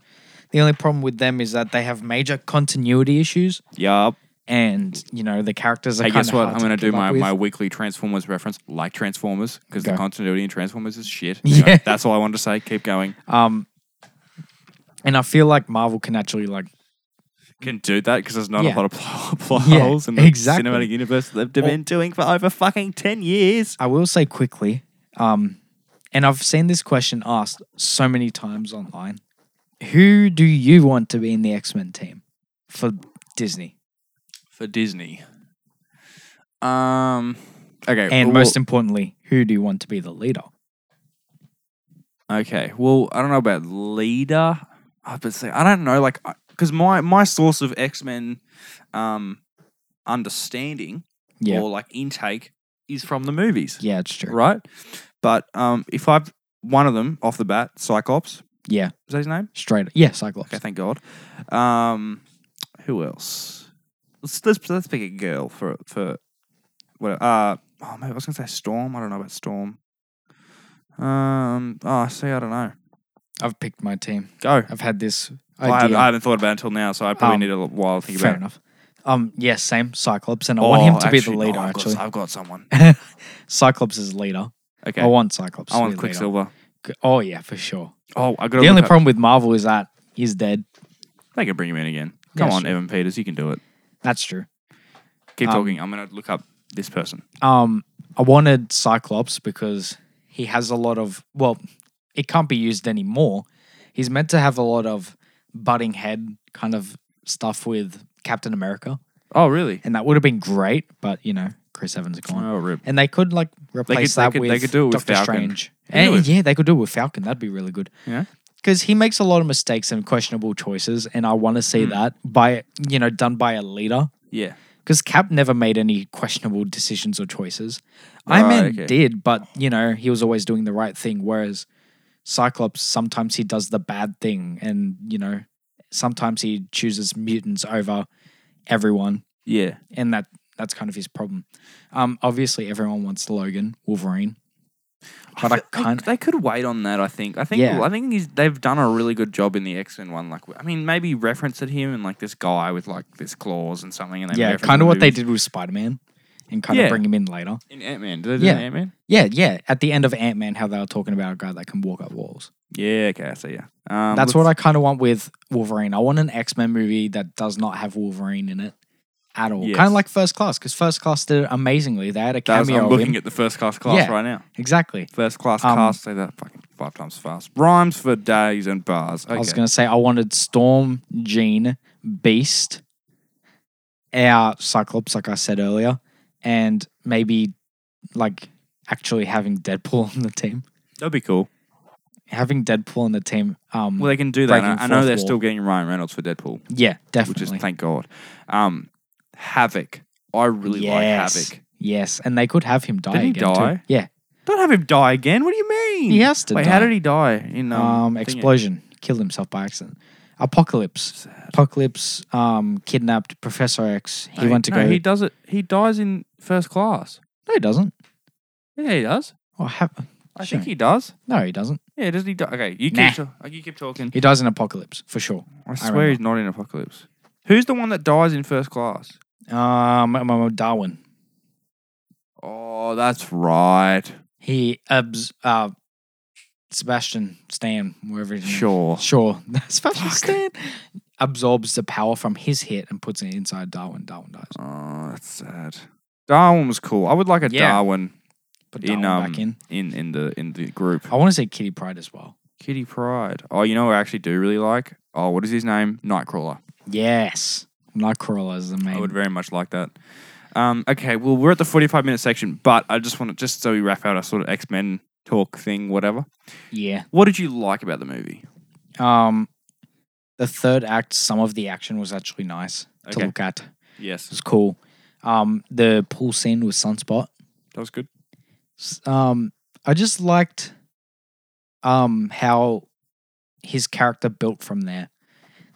[SPEAKER 2] the only problem with them is that they have major continuity issues
[SPEAKER 1] Yup.
[SPEAKER 2] and you know the characters are
[SPEAKER 1] Hey, guess
[SPEAKER 2] kinda
[SPEAKER 1] what?
[SPEAKER 2] hard
[SPEAKER 1] I'm gonna
[SPEAKER 2] to
[SPEAKER 1] do
[SPEAKER 2] keep up
[SPEAKER 1] my,
[SPEAKER 2] with.
[SPEAKER 1] my weekly Transformers reference, like Transformers, because the
[SPEAKER 2] Go.
[SPEAKER 1] continuity in Transformers is shit.
[SPEAKER 2] Yeah.
[SPEAKER 1] Anyway, that's all I wanted to say. Keep going.
[SPEAKER 2] Um, and I feel like Marvel can actually like
[SPEAKER 1] Can do that because there's not
[SPEAKER 2] Yeah.
[SPEAKER 1] a lot of plot, plot
[SPEAKER 2] Yeah,
[SPEAKER 1] holes in the
[SPEAKER 2] exactly.
[SPEAKER 1] cinematic universe that they've been doing for over fucking ten years.
[SPEAKER 2] I will say quickly. Um, and I've seen this question asked so many times online. Who do you want to be in the X Men team for Disney?
[SPEAKER 1] for Disney. Um. Okay.
[SPEAKER 2] And
[SPEAKER 1] well-
[SPEAKER 2] most importantly, who do you want to be the leader?
[SPEAKER 1] Okay. Well, I don't know about leader. I but say I don't know, like, because my my source of X Men, um, understanding
[SPEAKER 2] Yeah,
[SPEAKER 1] or like intake is from the movies,
[SPEAKER 2] yeah, it's true.
[SPEAKER 1] right? But um, if I've one of them off the bat, Cyclops
[SPEAKER 2] Yeah,
[SPEAKER 1] is that his name?
[SPEAKER 2] straight. Yeah, Cyclops.
[SPEAKER 1] Okay, thank God. Um, who else? Let's let's, let's pick a girl for for what? Uh, oh, maybe I was gonna say Storm. I don't know about Storm. Um. Oh, see, I don't know.
[SPEAKER 2] I've picked my team.
[SPEAKER 1] Go.
[SPEAKER 2] I've had this
[SPEAKER 1] I, haven't,
[SPEAKER 2] idea.
[SPEAKER 1] I haven't thought about it until now, so I probably
[SPEAKER 2] Um,
[SPEAKER 1] need a little while to think
[SPEAKER 2] Fair
[SPEAKER 1] about.
[SPEAKER 2] enough. Um, yes, same Cyclops, and
[SPEAKER 1] it.
[SPEAKER 2] I want him
[SPEAKER 1] Oh,
[SPEAKER 2] to
[SPEAKER 1] actually,
[SPEAKER 2] be
[SPEAKER 1] no,
[SPEAKER 2] the leader.
[SPEAKER 1] I've
[SPEAKER 2] actually,
[SPEAKER 1] got, I've got someone.
[SPEAKER 2] Cyclops is leader.
[SPEAKER 1] Okay.
[SPEAKER 2] I want Cyclops.
[SPEAKER 1] I
[SPEAKER 2] to
[SPEAKER 1] want
[SPEAKER 2] be the leader.
[SPEAKER 1] Quicksilver.
[SPEAKER 2] Oh yeah, for sure.
[SPEAKER 1] Oh, I got
[SPEAKER 2] The only problem with Marvel is that he's dead.
[SPEAKER 1] They can bring him in again. Come
[SPEAKER 2] Yeah,
[SPEAKER 1] on,
[SPEAKER 2] sure.
[SPEAKER 1] Evan Peters, you can do it.
[SPEAKER 2] That's true.
[SPEAKER 1] Keep
[SPEAKER 2] Um,
[SPEAKER 1] talking. I'm gonna look up this person.
[SPEAKER 2] Um, I wanted Cyclops because he has a lot of well, it can't be used anymore. He's meant to have a lot of butting head kind of stuff with Captain America,
[SPEAKER 1] Oh, really?
[SPEAKER 2] and that would have been great. But you know, Chris Evans is gone,
[SPEAKER 1] Oh, rip.
[SPEAKER 2] and they could like replace
[SPEAKER 1] they
[SPEAKER 2] that
[SPEAKER 1] could- they
[SPEAKER 2] with
[SPEAKER 1] could do it with
[SPEAKER 2] Doctor
[SPEAKER 1] Falcon.
[SPEAKER 2] Strange.
[SPEAKER 1] They could do
[SPEAKER 2] And-
[SPEAKER 1] it.
[SPEAKER 2] yeah, they could do it with Falcon. That'd be really good.
[SPEAKER 1] Yeah.
[SPEAKER 2] because he makes a lot of mistakes and questionable choices, and I want to
[SPEAKER 1] Hmm.
[SPEAKER 2] see that by you know done by a leader.
[SPEAKER 1] Yeah.
[SPEAKER 2] Because Cap never made any questionable decisions or choices.
[SPEAKER 1] Right,
[SPEAKER 2] Iron Man
[SPEAKER 1] okay.
[SPEAKER 2] did, but you know he was always doing the right thing. Whereas Cyclops sometimes he does the bad thing, and you know sometimes he chooses mutants over everyone,
[SPEAKER 1] Yeah.
[SPEAKER 2] and that that's kind of his problem. Um, obviously everyone wants Logan Wolverine, but I,
[SPEAKER 1] feel- they-
[SPEAKER 2] can't.
[SPEAKER 1] They, could wait on that. I think. I think.
[SPEAKER 2] Yeah.
[SPEAKER 1] I think he's, they've done a really good job in the X Men one. Like, I mean, maybe reference at him and like this guy with like this claws and something. And they
[SPEAKER 2] yeah, kind of what they did with Spider Man, and kind
[SPEAKER 1] Yeah.
[SPEAKER 2] of bring him in later.
[SPEAKER 1] in Ant Man. Did they do
[SPEAKER 2] Yeah.
[SPEAKER 1] Ant Man?
[SPEAKER 2] Yeah, yeah. At the end of Ant Man, how they were talking about a guy that can walk up walls.
[SPEAKER 1] Yeah. Okay. I see. Yeah. Um,
[SPEAKER 2] That's what I kind of want with Wolverine. I want an X Men movie that does not have Wolverine in it at all.
[SPEAKER 1] Yes.
[SPEAKER 2] Kind of like First Class, because First Class did it amazingly. They had a
[SPEAKER 1] That was-
[SPEAKER 2] cameo.
[SPEAKER 1] I'm
[SPEAKER 2] of
[SPEAKER 1] looking
[SPEAKER 2] him.
[SPEAKER 1] at the first class class
[SPEAKER 2] Yeah.
[SPEAKER 1] right now.
[SPEAKER 2] exactly.
[SPEAKER 1] First class
[SPEAKER 2] Um,
[SPEAKER 1] cast. Say that fucking five times fast. Rhymes for days and bars. Okay.
[SPEAKER 2] I was gonna say I wanted Storm, Jean, Beast, our Cyclops, like I said earlier, and maybe like actually having Deadpool on the team.
[SPEAKER 1] That'd be cool.
[SPEAKER 2] Having Deadpool on the team. Um,
[SPEAKER 1] Well, they can do that.
[SPEAKER 2] Breaking
[SPEAKER 1] I, I know
[SPEAKER 2] fourth
[SPEAKER 1] they're
[SPEAKER 2] wall.
[SPEAKER 1] still getting Ryan Reynolds for Deadpool,
[SPEAKER 2] yeah,
[SPEAKER 1] which
[SPEAKER 2] definitely.
[SPEAKER 1] is thank God. Um, Havoc. I really like Havoc.
[SPEAKER 2] Yes, and they could have him die
[SPEAKER 1] Did he
[SPEAKER 2] again. too.
[SPEAKER 1] die?
[SPEAKER 2] Yeah,
[SPEAKER 1] Don't have him die again. What do you mean?
[SPEAKER 2] he has to
[SPEAKER 1] Wait,
[SPEAKER 2] die.
[SPEAKER 1] how did he die? In um,
[SPEAKER 2] um,
[SPEAKER 1] thingy?
[SPEAKER 2] explosion killed himself by accident. Apocalypse,
[SPEAKER 1] Sad.
[SPEAKER 2] Apocalypse, um, kidnapped Professor X. He
[SPEAKER 1] No,
[SPEAKER 2] went to
[SPEAKER 1] no,
[SPEAKER 2] go.
[SPEAKER 1] He does it. He dies in first class.
[SPEAKER 2] no, he doesn't.
[SPEAKER 1] Yeah, he does.
[SPEAKER 2] Or have,
[SPEAKER 1] I
[SPEAKER 2] Sure.
[SPEAKER 1] think he does.
[SPEAKER 2] no, he doesn't.
[SPEAKER 1] Yeah, doesn't he? Die? Okay, you keep.
[SPEAKER 2] Nah.
[SPEAKER 1] ta- you keep talking.
[SPEAKER 2] He dies in Apocalypse for sure.
[SPEAKER 1] I swear he's not in Apocalypse. Who's the one that dies in first class?
[SPEAKER 2] Um, um, um, Darwin.
[SPEAKER 1] Oh, that's right.
[SPEAKER 2] he abs uh Sebastian Stan, wherever his name is.
[SPEAKER 1] Sure.
[SPEAKER 2] Sure. Sebastian Stan absorbs the power from his hit and puts it inside Darwin. Darwin dies.
[SPEAKER 1] Oh, that's sad. Darwin was cool. I would like a
[SPEAKER 2] Yeah.
[SPEAKER 1] Darwin
[SPEAKER 2] Put
[SPEAKER 1] in
[SPEAKER 2] Darwin
[SPEAKER 1] um
[SPEAKER 2] back in.
[SPEAKER 1] in in the in the group.
[SPEAKER 2] I want to say Kitty Pride as well.
[SPEAKER 1] Kitty Pride. Oh, you know what I actually do really like? Oh, what is his name? Nightcrawler.
[SPEAKER 2] Yes. Nightcrawler is the main.
[SPEAKER 1] I would very much like that. Um, okay, well, we're at the 45 minute section, but I just want to, just so we wrap out our sort of X Men talk thing, whatever.
[SPEAKER 2] yeah.
[SPEAKER 1] What did you like about the movie?
[SPEAKER 2] Um, the third act, some of the action was actually nice
[SPEAKER 1] Okay.
[SPEAKER 2] to look at. It
[SPEAKER 1] Yes,
[SPEAKER 2] was cool. Um, the pool scene with Sunspot.
[SPEAKER 1] that was good.
[SPEAKER 2] S- Um, I just liked um how his character built from there.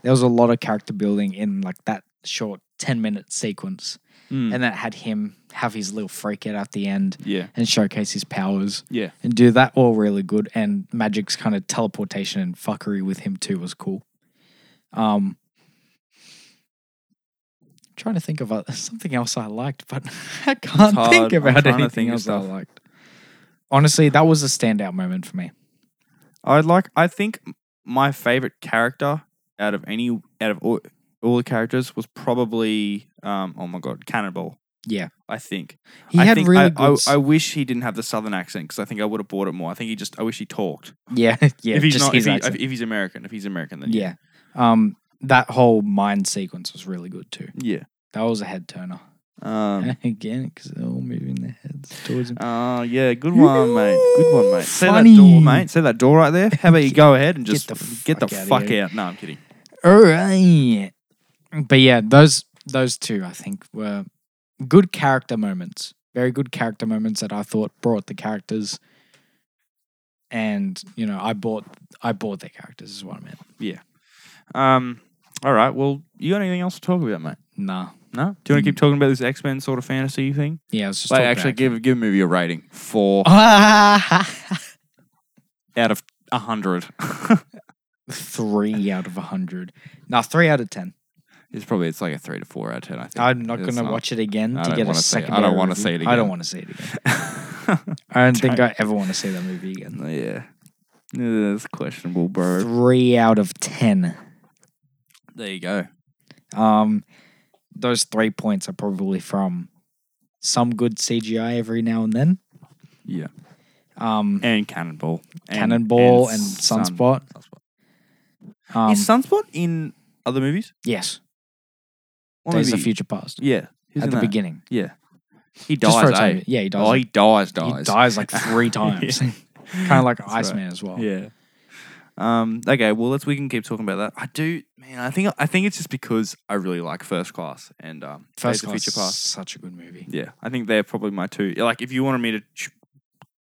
[SPEAKER 2] There was a lot of character building in like that short ten minute sequence,
[SPEAKER 1] Mm.
[SPEAKER 2] and that had him have his little freak out at the end
[SPEAKER 1] yeah,
[SPEAKER 2] and showcase his powers
[SPEAKER 1] yeah.
[SPEAKER 2] and do that all really good. And Magic's kind of teleportation and fuckery with him too was cool. Um, trying to think of oth- something else I liked, but I can't
[SPEAKER 1] hard.
[SPEAKER 2] think
[SPEAKER 1] I'm
[SPEAKER 2] about
[SPEAKER 1] trying to
[SPEAKER 2] anything
[SPEAKER 1] think of
[SPEAKER 2] else
[SPEAKER 1] stuff.
[SPEAKER 2] I liked. Honestly, that was a standout moment for me.
[SPEAKER 1] I like, I think my favorite character out of any, out of all, all the characters was probably, um, oh my God, Cannonball.
[SPEAKER 2] Yeah.
[SPEAKER 1] I think.
[SPEAKER 2] He
[SPEAKER 1] I
[SPEAKER 2] had
[SPEAKER 1] think
[SPEAKER 2] really
[SPEAKER 1] I,
[SPEAKER 2] good.
[SPEAKER 1] I,
[SPEAKER 2] s-
[SPEAKER 1] I wish he didn't have the southern accent because I think I would have bought it more. I think he just, I wish he talked.
[SPEAKER 2] yeah, yeah.
[SPEAKER 1] if he's
[SPEAKER 2] just
[SPEAKER 1] not,
[SPEAKER 2] his
[SPEAKER 1] if, he,
[SPEAKER 2] accent.
[SPEAKER 1] if, if he's American, if he's American, then
[SPEAKER 2] yeah. Um, that whole mind sequence was really good too.
[SPEAKER 1] yeah.
[SPEAKER 2] That was a head turner
[SPEAKER 1] Um,
[SPEAKER 2] again because they're all moving their heads towards him.
[SPEAKER 1] Oh, yeah, good one, mate. Good one, mate. Say that
[SPEAKER 2] Funny.
[SPEAKER 1] door, mate. Say that door right there. How about you go ahead and just get the fuck,
[SPEAKER 2] outta
[SPEAKER 1] out,
[SPEAKER 2] here.
[SPEAKER 1] No, I'm kidding.
[SPEAKER 2] All right. Oh, But yeah, those those two I think were good character moments. Very good character moments that I thought brought the characters. And you know, I bought I bought their characters is what I meant.
[SPEAKER 1] Um, all right. Well, you got anything else to talk about, mate?
[SPEAKER 2] Nah.
[SPEAKER 1] No. Do you want to keep talking about this X Men sort of fantasy thing?
[SPEAKER 2] Yeah, it's just
[SPEAKER 1] Like,
[SPEAKER 2] talking
[SPEAKER 1] actually,
[SPEAKER 2] about-
[SPEAKER 1] give give a movie a rating four out of a hundred.
[SPEAKER 2] three out of a hundred. Nah, three out of ten.
[SPEAKER 1] it's probably it's like a three to four out of ten. I think.
[SPEAKER 2] I'm not
[SPEAKER 1] It's
[SPEAKER 2] gonna watch it again
[SPEAKER 1] I
[SPEAKER 2] to
[SPEAKER 1] don't
[SPEAKER 2] get a
[SPEAKER 1] wanna say- I
[SPEAKER 2] second.
[SPEAKER 1] don't wanna say it
[SPEAKER 2] I
[SPEAKER 1] again.
[SPEAKER 2] don't want to see it again. I don't think I ever want to see that movie again.
[SPEAKER 1] yeah. Yeah, That's questionable, bro.
[SPEAKER 2] Three out of ten.
[SPEAKER 1] There you go.
[SPEAKER 2] Um, those three points are probably from some good CGI every now and then.
[SPEAKER 1] Yeah.
[SPEAKER 2] Um,
[SPEAKER 1] And Cannonball. And-
[SPEAKER 2] Cannonball and,
[SPEAKER 1] Sun-
[SPEAKER 2] Sunspot.
[SPEAKER 1] Sunspot.
[SPEAKER 2] Um,
[SPEAKER 1] is Sunspot in other movies?
[SPEAKER 2] yes,
[SPEAKER 1] What
[SPEAKER 2] Days
[SPEAKER 1] movie?
[SPEAKER 2] of Future Past
[SPEAKER 1] Yeah. Who's
[SPEAKER 2] at
[SPEAKER 1] in
[SPEAKER 2] the
[SPEAKER 1] that?
[SPEAKER 2] beginning.
[SPEAKER 1] Yeah. He
[SPEAKER 2] Just for a
[SPEAKER 1] dies,
[SPEAKER 2] time.
[SPEAKER 1] eh?
[SPEAKER 2] Yeah, he dies.
[SPEAKER 1] Oh, he
[SPEAKER 2] like,
[SPEAKER 1] dies,
[SPEAKER 2] he
[SPEAKER 1] dies.
[SPEAKER 2] dies like three times. kind of like
[SPEAKER 1] That's right.
[SPEAKER 2] Iceman as well.
[SPEAKER 1] Yeah. Um, okay, well let's we can keep talking about that. I do man, I think I think it's just because I really like first class and um
[SPEAKER 2] First
[SPEAKER 1] Days of
[SPEAKER 2] Class
[SPEAKER 1] Future
[SPEAKER 2] is
[SPEAKER 1] Past.
[SPEAKER 2] such a good movie.
[SPEAKER 1] Yeah. I think they're probably my two like if you wanted me to ch-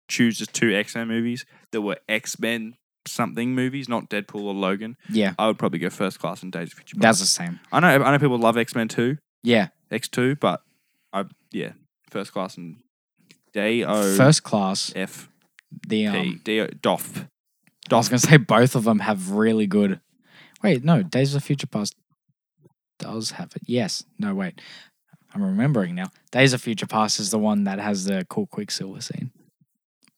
[SPEAKER 1] choose just two X Men movies that were X Men something movies, not Deadpool or Logan,
[SPEAKER 2] Yeah,
[SPEAKER 1] I would probably go first class and Days of Future Past.
[SPEAKER 2] that's the same.
[SPEAKER 1] I know I know people love X Men two,
[SPEAKER 2] Yeah,
[SPEAKER 1] X two, but I yeah, first class and D O
[SPEAKER 2] First Class.
[SPEAKER 1] F
[SPEAKER 2] The
[SPEAKER 1] P
[SPEAKER 2] um,
[SPEAKER 1] D O DOF.
[SPEAKER 2] I was gonna say both of them have really good. Wait, no, Days of Future Past does have it. Yes, no, wait, I'm remembering now. Days of Future Past is the one that has the cool Quicksilver scene.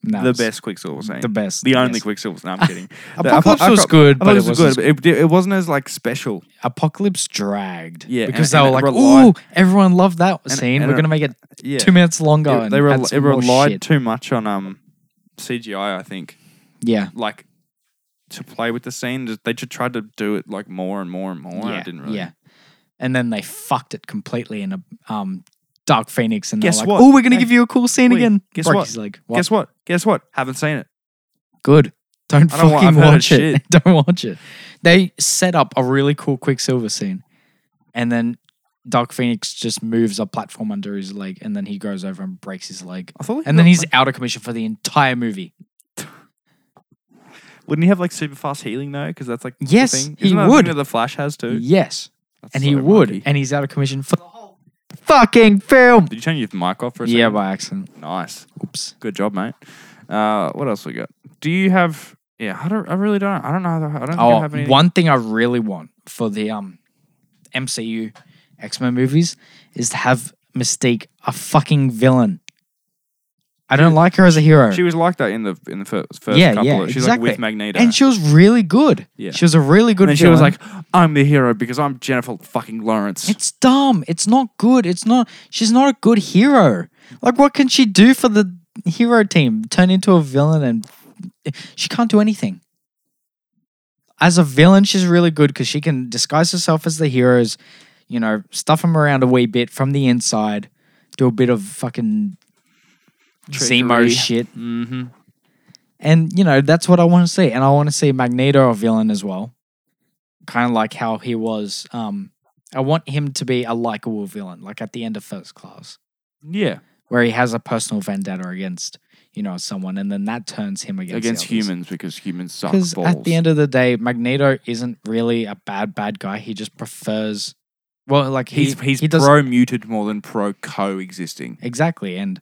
[SPEAKER 2] And that
[SPEAKER 1] The
[SPEAKER 2] was
[SPEAKER 1] best Quicksilver scene.
[SPEAKER 2] the
[SPEAKER 1] The,
[SPEAKER 2] best,
[SPEAKER 1] only
[SPEAKER 2] yes.
[SPEAKER 1] Quicksilver. No, I'm kidding. The
[SPEAKER 2] Apocalypse
[SPEAKER 1] Apo-
[SPEAKER 2] was
[SPEAKER 1] Apo-
[SPEAKER 2] good,
[SPEAKER 1] I thought
[SPEAKER 2] but
[SPEAKER 1] it was good,
[SPEAKER 2] wasn't.
[SPEAKER 1] but it, it wasn't as like special.
[SPEAKER 2] Apocalypse dragged.
[SPEAKER 1] Yeah,
[SPEAKER 2] because
[SPEAKER 1] and-
[SPEAKER 2] they
[SPEAKER 1] and
[SPEAKER 2] were like,
[SPEAKER 1] it relied-
[SPEAKER 2] "Ooh, everyone loved that
[SPEAKER 1] and-
[SPEAKER 2] scene.
[SPEAKER 1] and
[SPEAKER 2] We're
[SPEAKER 1] it-
[SPEAKER 2] gonna make it
[SPEAKER 1] Yeah,
[SPEAKER 2] two minutes longer."
[SPEAKER 1] It-
[SPEAKER 2] and
[SPEAKER 1] they
[SPEAKER 2] add
[SPEAKER 1] rel-
[SPEAKER 2] some
[SPEAKER 1] it
[SPEAKER 2] more
[SPEAKER 1] relied
[SPEAKER 2] shit."
[SPEAKER 1] too much on um CGI. I think
[SPEAKER 2] Yeah,
[SPEAKER 1] like to play with the scene. just- They just tried to do it like more and more and more. and
[SPEAKER 2] yeah,
[SPEAKER 1] I didn't really.
[SPEAKER 2] yeah. And then they fucked it completely in a um, Dark Phoenix, and they're
[SPEAKER 1] Guess
[SPEAKER 2] like,
[SPEAKER 1] what?
[SPEAKER 2] "Oh, we're gonna
[SPEAKER 1] Hey,
[SPEAKER 2] give you a cool scene
[SPEAKER 1] wait,
[SPEAKER 2] again."
[SPEAKER 1] guess
[SPEAKER 2] Broke
[SPEAKER 1] what?
[SPEAKER 2] his leg.
[SPEAKER 1] Guess what? Guess what? Haven't seen it.
[SPEAKER 2] Good. Don't
[SPEAKER 1] I don't wa-
[SPEAKER 2] fucking
[SPEAKER 1] I've heard
[SPEAKER 2] watch it.
[SPEAKER 1] shit.
[SPEAKER 2] don't watch it. They set up a really cool Quicksilver scene, and then Dark Phoenix just moves a platform under his leg, and then he goes over and breaks his leg,
[SPEAKER 1] I thought. he
[SPEAKER 2] and then
[SPEAKER 1] got,
[SPEAKER 2] he's
[SPEAKER 1] like-
[SPEAKER 2] out of commission for the entire movie.
[SPEAKER 1] wouldn't he have like super fast healing though? Because that's like the
[SPEAKER 2] Yes,
[SPEAKER 1] thing.
[SPEAKER 2] he
[SPEAKER 1] Isn't that a
[SPEAKER 2] would.
[SPEAKER 1] Thing that the Flash has too.
[SPEAKER 2] Yes,
[SPEAKER 1] That's
[SPEAKER 2] and he
[SPEAKER 1] so
[SPEAKER 2] would,
[SPEAKER 1] wacky.
[SPEAKER 2] and he's out of commission for the whole fucking film.
[SPEAKER 1] Did you change your mic off for a second?
[SPEAKER 2] Yeah, by accident.
[SPEAKER 1] Nice.
[SPEAKER 2] Oops.
[SPEAKER 1] Good job, mate. Uh, what else we got? Do you have? Yeah, I don't. I really don't. I don't know. I don't think I
[SPEAKER 2] Oh,
[SPEAKER 1] have any.
[SPEAKER 2] one thing I really want for the um MCU X Men movies is to have Mystique a fucking villain. I don't like her as a hero.
[SPEAKER 1] She was like that in the in the first, first
[SPEAKER 2] yeah,
[SPEAKER 1] couple.
[SPEAKER 2] yeah,
[SPEAKER 1] She's
[SPEAKER 2] exactly.
[SPEAKER 1] like with Magneto.
[SPEAKER 2] and she was really good.
[SPEAKER 1] Yeah.
[SPEAKER 2] she was a really good.
[SPEAKER 1] And then she was
[SPEAKER 2] villain.
[SPEAKER 1] like, "I'm the hero because I'm Jennifer fucking Lawrence."
[SPEAKER 2] It's dumb. It's not good. It's not. She's not a good hero. Like, what can she do for the hero team? Turn into a villain and she can't do anything. As a villain, she's really good because she can disguise herself as the heroes, you know, stuff them around a wee bit from the inside, do a bit of fucking Zemo
[SPEAKER 1] Trickery.
[SPEAKER 2] shit.
[SPEAKER 1] mm-hmm.
[SPEAKER 2] And you know, that's what I want to see. And I want to see Magneto a villain as well. Kind of like how he was. Um, I want him to be a likable villain, like at the end of First Class,
[SPEAKER 1] Yeah,
[SPEAKER 2] where he has a personal vendetta against, you know, someone, and then that turns him against
[SPEAKER 1] against humans because humans suck
[SPEAKER 2] Because
[SPEAKER 1] balls.
[SPEAKER 2] at the end of the day, Magneto isn't really a bad bad guy. He just prefers. Well, like he,
[SPEAKER 1] he's he's
[SPEAKER 2] he does
[SPEAKER 1] pro muted more than pro coexisting.
[SPEAKER 2] exactly, and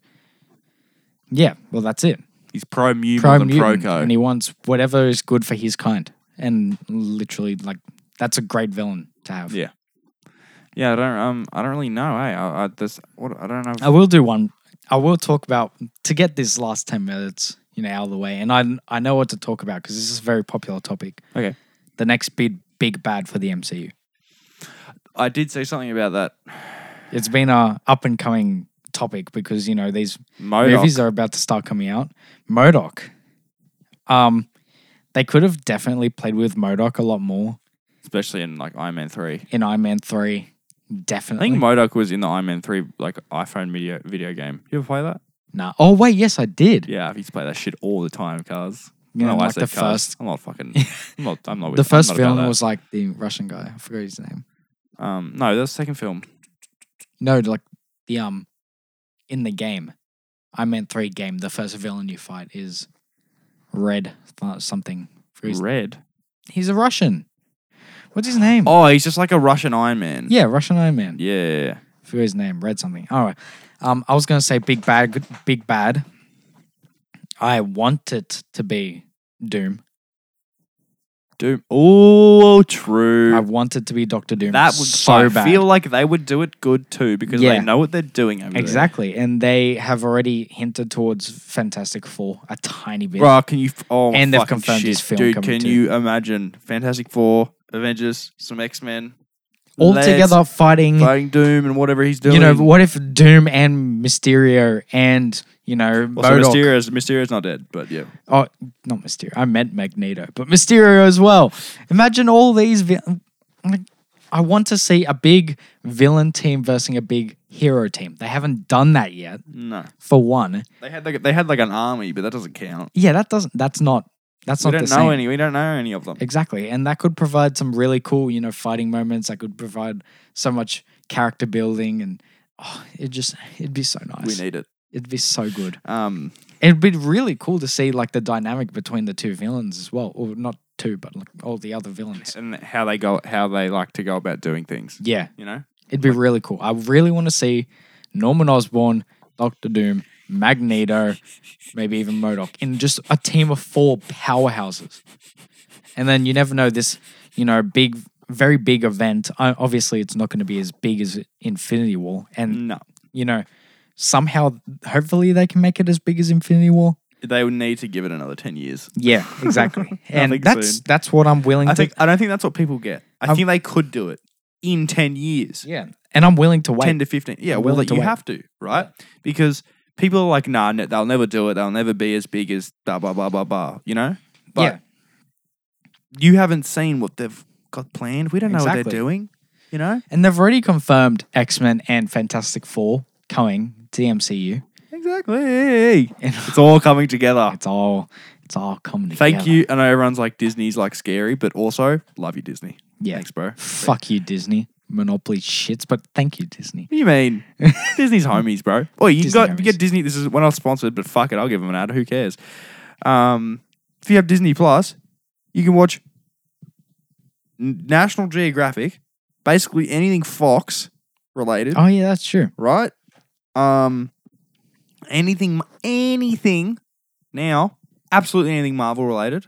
[SPEAKER 2] yeah, well, that's it.
[SPEAKER 1] He's pro mu
[SPEAKER 2] pro
[SPEAKER 1] more than pro
[SPEAKER 2] mutant,
[SPEAKER 1] co.
[SPEAKER 2] and he wants whatever is good for his kind. And literally, like that's a great villain to have.
[SPEAKER 1] Yeah. yeah, I don't um I don't really know. Hey, I, I this what I don't know. if-
[SPEAKER 2] I will do one. I will talk about to get this last ten minutes, you know, out of the way, and I I know what to talk about because this is a very popular topic.
[SPEAKER 1] okay,
[SPEAKER 2] The next big big bad for the MCU.
[SPEAKER 1] I did say something about that.
[SPEAKER 2] It's been a up and coming topic because you know these movies
[SPEAKER 1] Modoc.
[SPEAKER 2] are about to start coming out. Modoc. Um, they could have definitely played with Modoc a lot more
[SPEAKER 1] especially in like Iron Man three.
[SPEAKER 2] in Iron Man three.
[SPEAKER 1] I
[SPEAKER 2] Definitely.
[SPEAKER 1] think Modoc was in the Iron Man three like iPhone video video game. You ever play that?
[SPEAKER 2] Nah. Oh wait, yes, I did.
[SPEAKER 1] Yeah, I used to play that shit all the time. Cars.
[SPEAKER 2] Yeah,
[SPEAKER 1] I don't know why I
[SPEAKER 2] like
[SPEAKER 1] said
[SPEAKER 2] the
[SPEAKER 1] cars.
[SPEAKER 2] first-
[SPEAKER 1] I'm not fucking. I'm not. I'm not.
[SPEAKER 2] the first
[SPEAKER 1] I'm not about
[SPEAKER 2] villain
[SPEAKER 1] that.
[SPEAKER 2] was like the Russian guy. I forgot his name.
[SPEAKER 1] Um, no, that's the second film.
[SPEAKER 2] No, like the um, in the game, I meant three game. The first villain you fight is Red th- something. Forgot his-
[SPEAKER 1] Red.
[SPEAKER 2] He's a Russian. What's his name?
[SPEAKER 1] Oh, he's just like a Russian Iron Man.
[SPEAKER 2] Yeah, Russian Iron Man.
[SPEAKER 1] Yeah.
[SPEAKER 2] Forgot his name. Red something. All right. Um, I was gonna say big bad, good- big bad. I want it to be Doom.
[SPEAKER 1] Doom. Oh, true.
[SPEAKER 2] I want it to be Doctor Doom.
[SPEAKER 1] that would
[SPEAKER 2] so
[SPEAKER 1] I
[SPEAKER 2] bad.
[SPEAKER 1] feel like they would do it good too because
[SPEAKER 2] Yeah.
[SPEAKER 1] they know what they're doing. Over there.
[SPEAKER 2] Exactly. And they have already hinted towards Fantastic Four a tiny bit.
[SPEAKER 1] Bro, can you? f- Oh, my
[SPEAKER 2] And they've
[SPEAKER 1] fucking
[SPEAKER 2] confirmed
[SPEAKER 1] shit.
[SPEAKER 2] his film
[SPEAKER 1] Dude,
[SPEAKER 2] coming
[SPEAKER 1] can
[SPEAKER 2] too.
[SPEAKER 1] you imagine Fantastic Four, Avengers, some X Men,
[SPEAKER 2] All together fighting.
[SPEAKER 1] fighting Doom and whatever he's doing.
[SPEAKER 2] you know, what if Doom and Mysterio and, you know,
[SPEAKER 1] also,
[SPEAKER 2] Modok-
[SPEAKER 1] Mysterio's Mysterio's not dead, but yeah.
[SPEAKER 2] Oh, not Mysterio. I meant Magneto, but Mysterio as well. Imagine all these. Vi- like, I want to see a big villain team versus a big hero team. They haven't done that yet,
[SPEAKER 1] No,
[SPEAKER 2] for one.
[SPEAKER 1] they had like, they had like an army, but that doesn't count.
[SPEAKER 2] Yeah, that doesn't. That's not. That's
[SPEAKER 1] we
[SPEAKER 2] not
[SPEAKER 1] don't know
[SPEAKER 2] the same.
[SPEAKER 1] any. We don't know any of them.
[SPEAKER 2] Exactly. And that could provide some really cool, you know, fighting moments. That could provide so much character building and oh, it just it'd be so
[SPEAKER 1] we
[SPEAKER 2] nice.
[SPEAKER 1] need it.
[SPEAKER 2] It'd be so good.
[SPEAKER 1] Um,
[SPEAKER 2] It'd be really cool to see like the dynamic between the two villains as well. Or not two, but like all the other villains.
[SPEAKER 1] and how they go, how they like to go about doing things.
[SPEAKER 2] Yeah.
[SPEAKER 1] You know,
[SPEAKER 2] It'd be really cool. I really want to see Norman Osborn, Doctor Doom, Magneto, maybe even Modoc in just a team of four powerhouses. And then you never know this, you know, big, very big event. I- Obviously, it's not going to be as big as Infinity War. And,
[SPEAKER 1] no,
[SPEAKER 2] you know, somehow, hopefully, they can make it as big as Infinity War.
[SPEAKER 1] they would need to give it another ten years.
[SPEAKER 2] Yeah, exactly. and
[SPEAKER 1] think
[SPEAKER 2] that's
[SPEAKER 1] soon.
[SPEAKER 2] that's what I'm willing
[SPEAKER 1] I
[SPEAKER 2] to
[SPEAKER 1] think I don't think that's what people get. I
[SPEAKER 2] I'm-
[SPEAKER 1] think they could do it in ten years,
[SPEAKER 2] Yeah. And I'm willing to wait.
[SPEAKER 1] ten to fifteen. Yeah,
[SPEAKER 2] I'm
[SPEAKER 1] well,
[SPEAKER 2] willing
[SPEAKER 1] like,
[SPEAKER 2] to
[SPEAKER 1] you
[SPEAKER 2] wait.
[SPEAKER 1] have to, right? Because people are like, nah, no, they'll never do it. They'll never be as big as blah blah blah blah blah. You know, but
[SPEAKER 2] yeah.
[SPEAKER 1] you haven't seen what they've got planned. We don't know what
[SPEAKER 2] Exactly.
[SPEAKER 1] they're doing. You know,
[SPEAKER 2] And they've already confirmed X Men and Fantastic Four coming to the MCU.
[SPEAKER 1] exactly.
[SPEAKER 2] And
[SPEAKER 1] It's all coming together.
[SPEAKER 2] it's all it's all coming together.
[SPEAKER 1] Thank you. I know everyone's like Disney's like scary, but also love you, Disney.
[SPEAKER 2] Yeah.
[SPEAKER 1] Thanks, bro.
[SPEAKER 2] Fuck you, Disney. Monopoly shits, but thank you, Disney.
[SPEAKER 1] What do you mean? Disney's homies, bro. Oh, you
[SPEAKER 2] Disney
[SPEAKER 1] got
[SPEAKER 2] homies.
[SPEAKER 1] you get Disney. This is we're not sponsored, but fuck it, I'll give them an ad. Who cares? Um, if you have Disney Plus, you can watch N- National Geographic, basically anything Fox related,
[SPEAKER 2] Oh yeah, that's true.
[SPEAKER 1] right? Um, anything, anything now, absolutely anything Marvel related,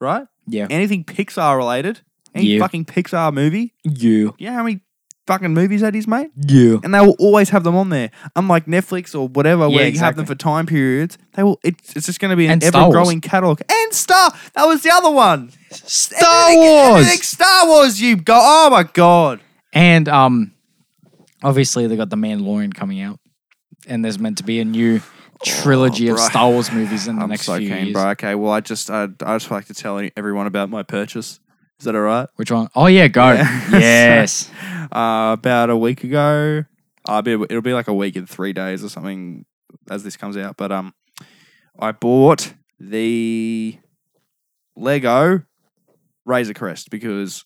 [SPEAKER 1] right?
[SPEAKER 2] Yeah.
[SPEAKER 1] Anything Pixar related, any
[SPEAKER 2] Yeah.
[SPEAKER 1] fucking Pixar movie.
[SPEAKER 2] You.
[SPEAKER 1] Yeah, how many fucking movies that is, mate.
[SPEAKER 2] Yeah.
[SPEAKER 1] And they will always have them on there. Unlike Netflix or whatever,
[SPEAKER 2] Yeah,
[SPEAKER 1] where you have them for
[SPEAKER 2] exactly.
[SPEAKER 1] time periods, they will. It's, it's just going to be an
[SPEAKER 2] And Star
[SPEAKER 1] ever
[SPEAKER 2] Wars.
[SPEAKER 1] growing catalog. And Star, that was the other one.
[SPEAKER 2] Star
[SPEAKER 1] Everything-
[SPEAKER 2] Wars.
[SPEAKER 1] everything Star Wars. You go. Oh my god.
[SPEAKER 2] And um, obviously they got the Mandalorian coming out, and there's meant to be a new trilogy of
[SPEAKER 1] bruh.
[SPEAKER 2] Star Wars movies in the
[SPEAKER 1] Oh, I'm
[SPEAKER 2] next
[SPEAKER 1] so
[SPEAKER 2] few
[SPEAKER 1] keen,
[SPEAKER 2] years.
[SPEAKER 1] bro. Okay, well, I just I, I just like to tell everyone about my purchase. Is that all right?
[SPEAKER 2] Which one? Oh yeah, go.
[SPEAKER 1] Yeah.
[SPEAKER 2] Yes.
[SPEAKER 1] Uh, about a week ago, uh, be, it'll be like a week in three days or something as this comes out. But um, I bought the Lego Razor Crest because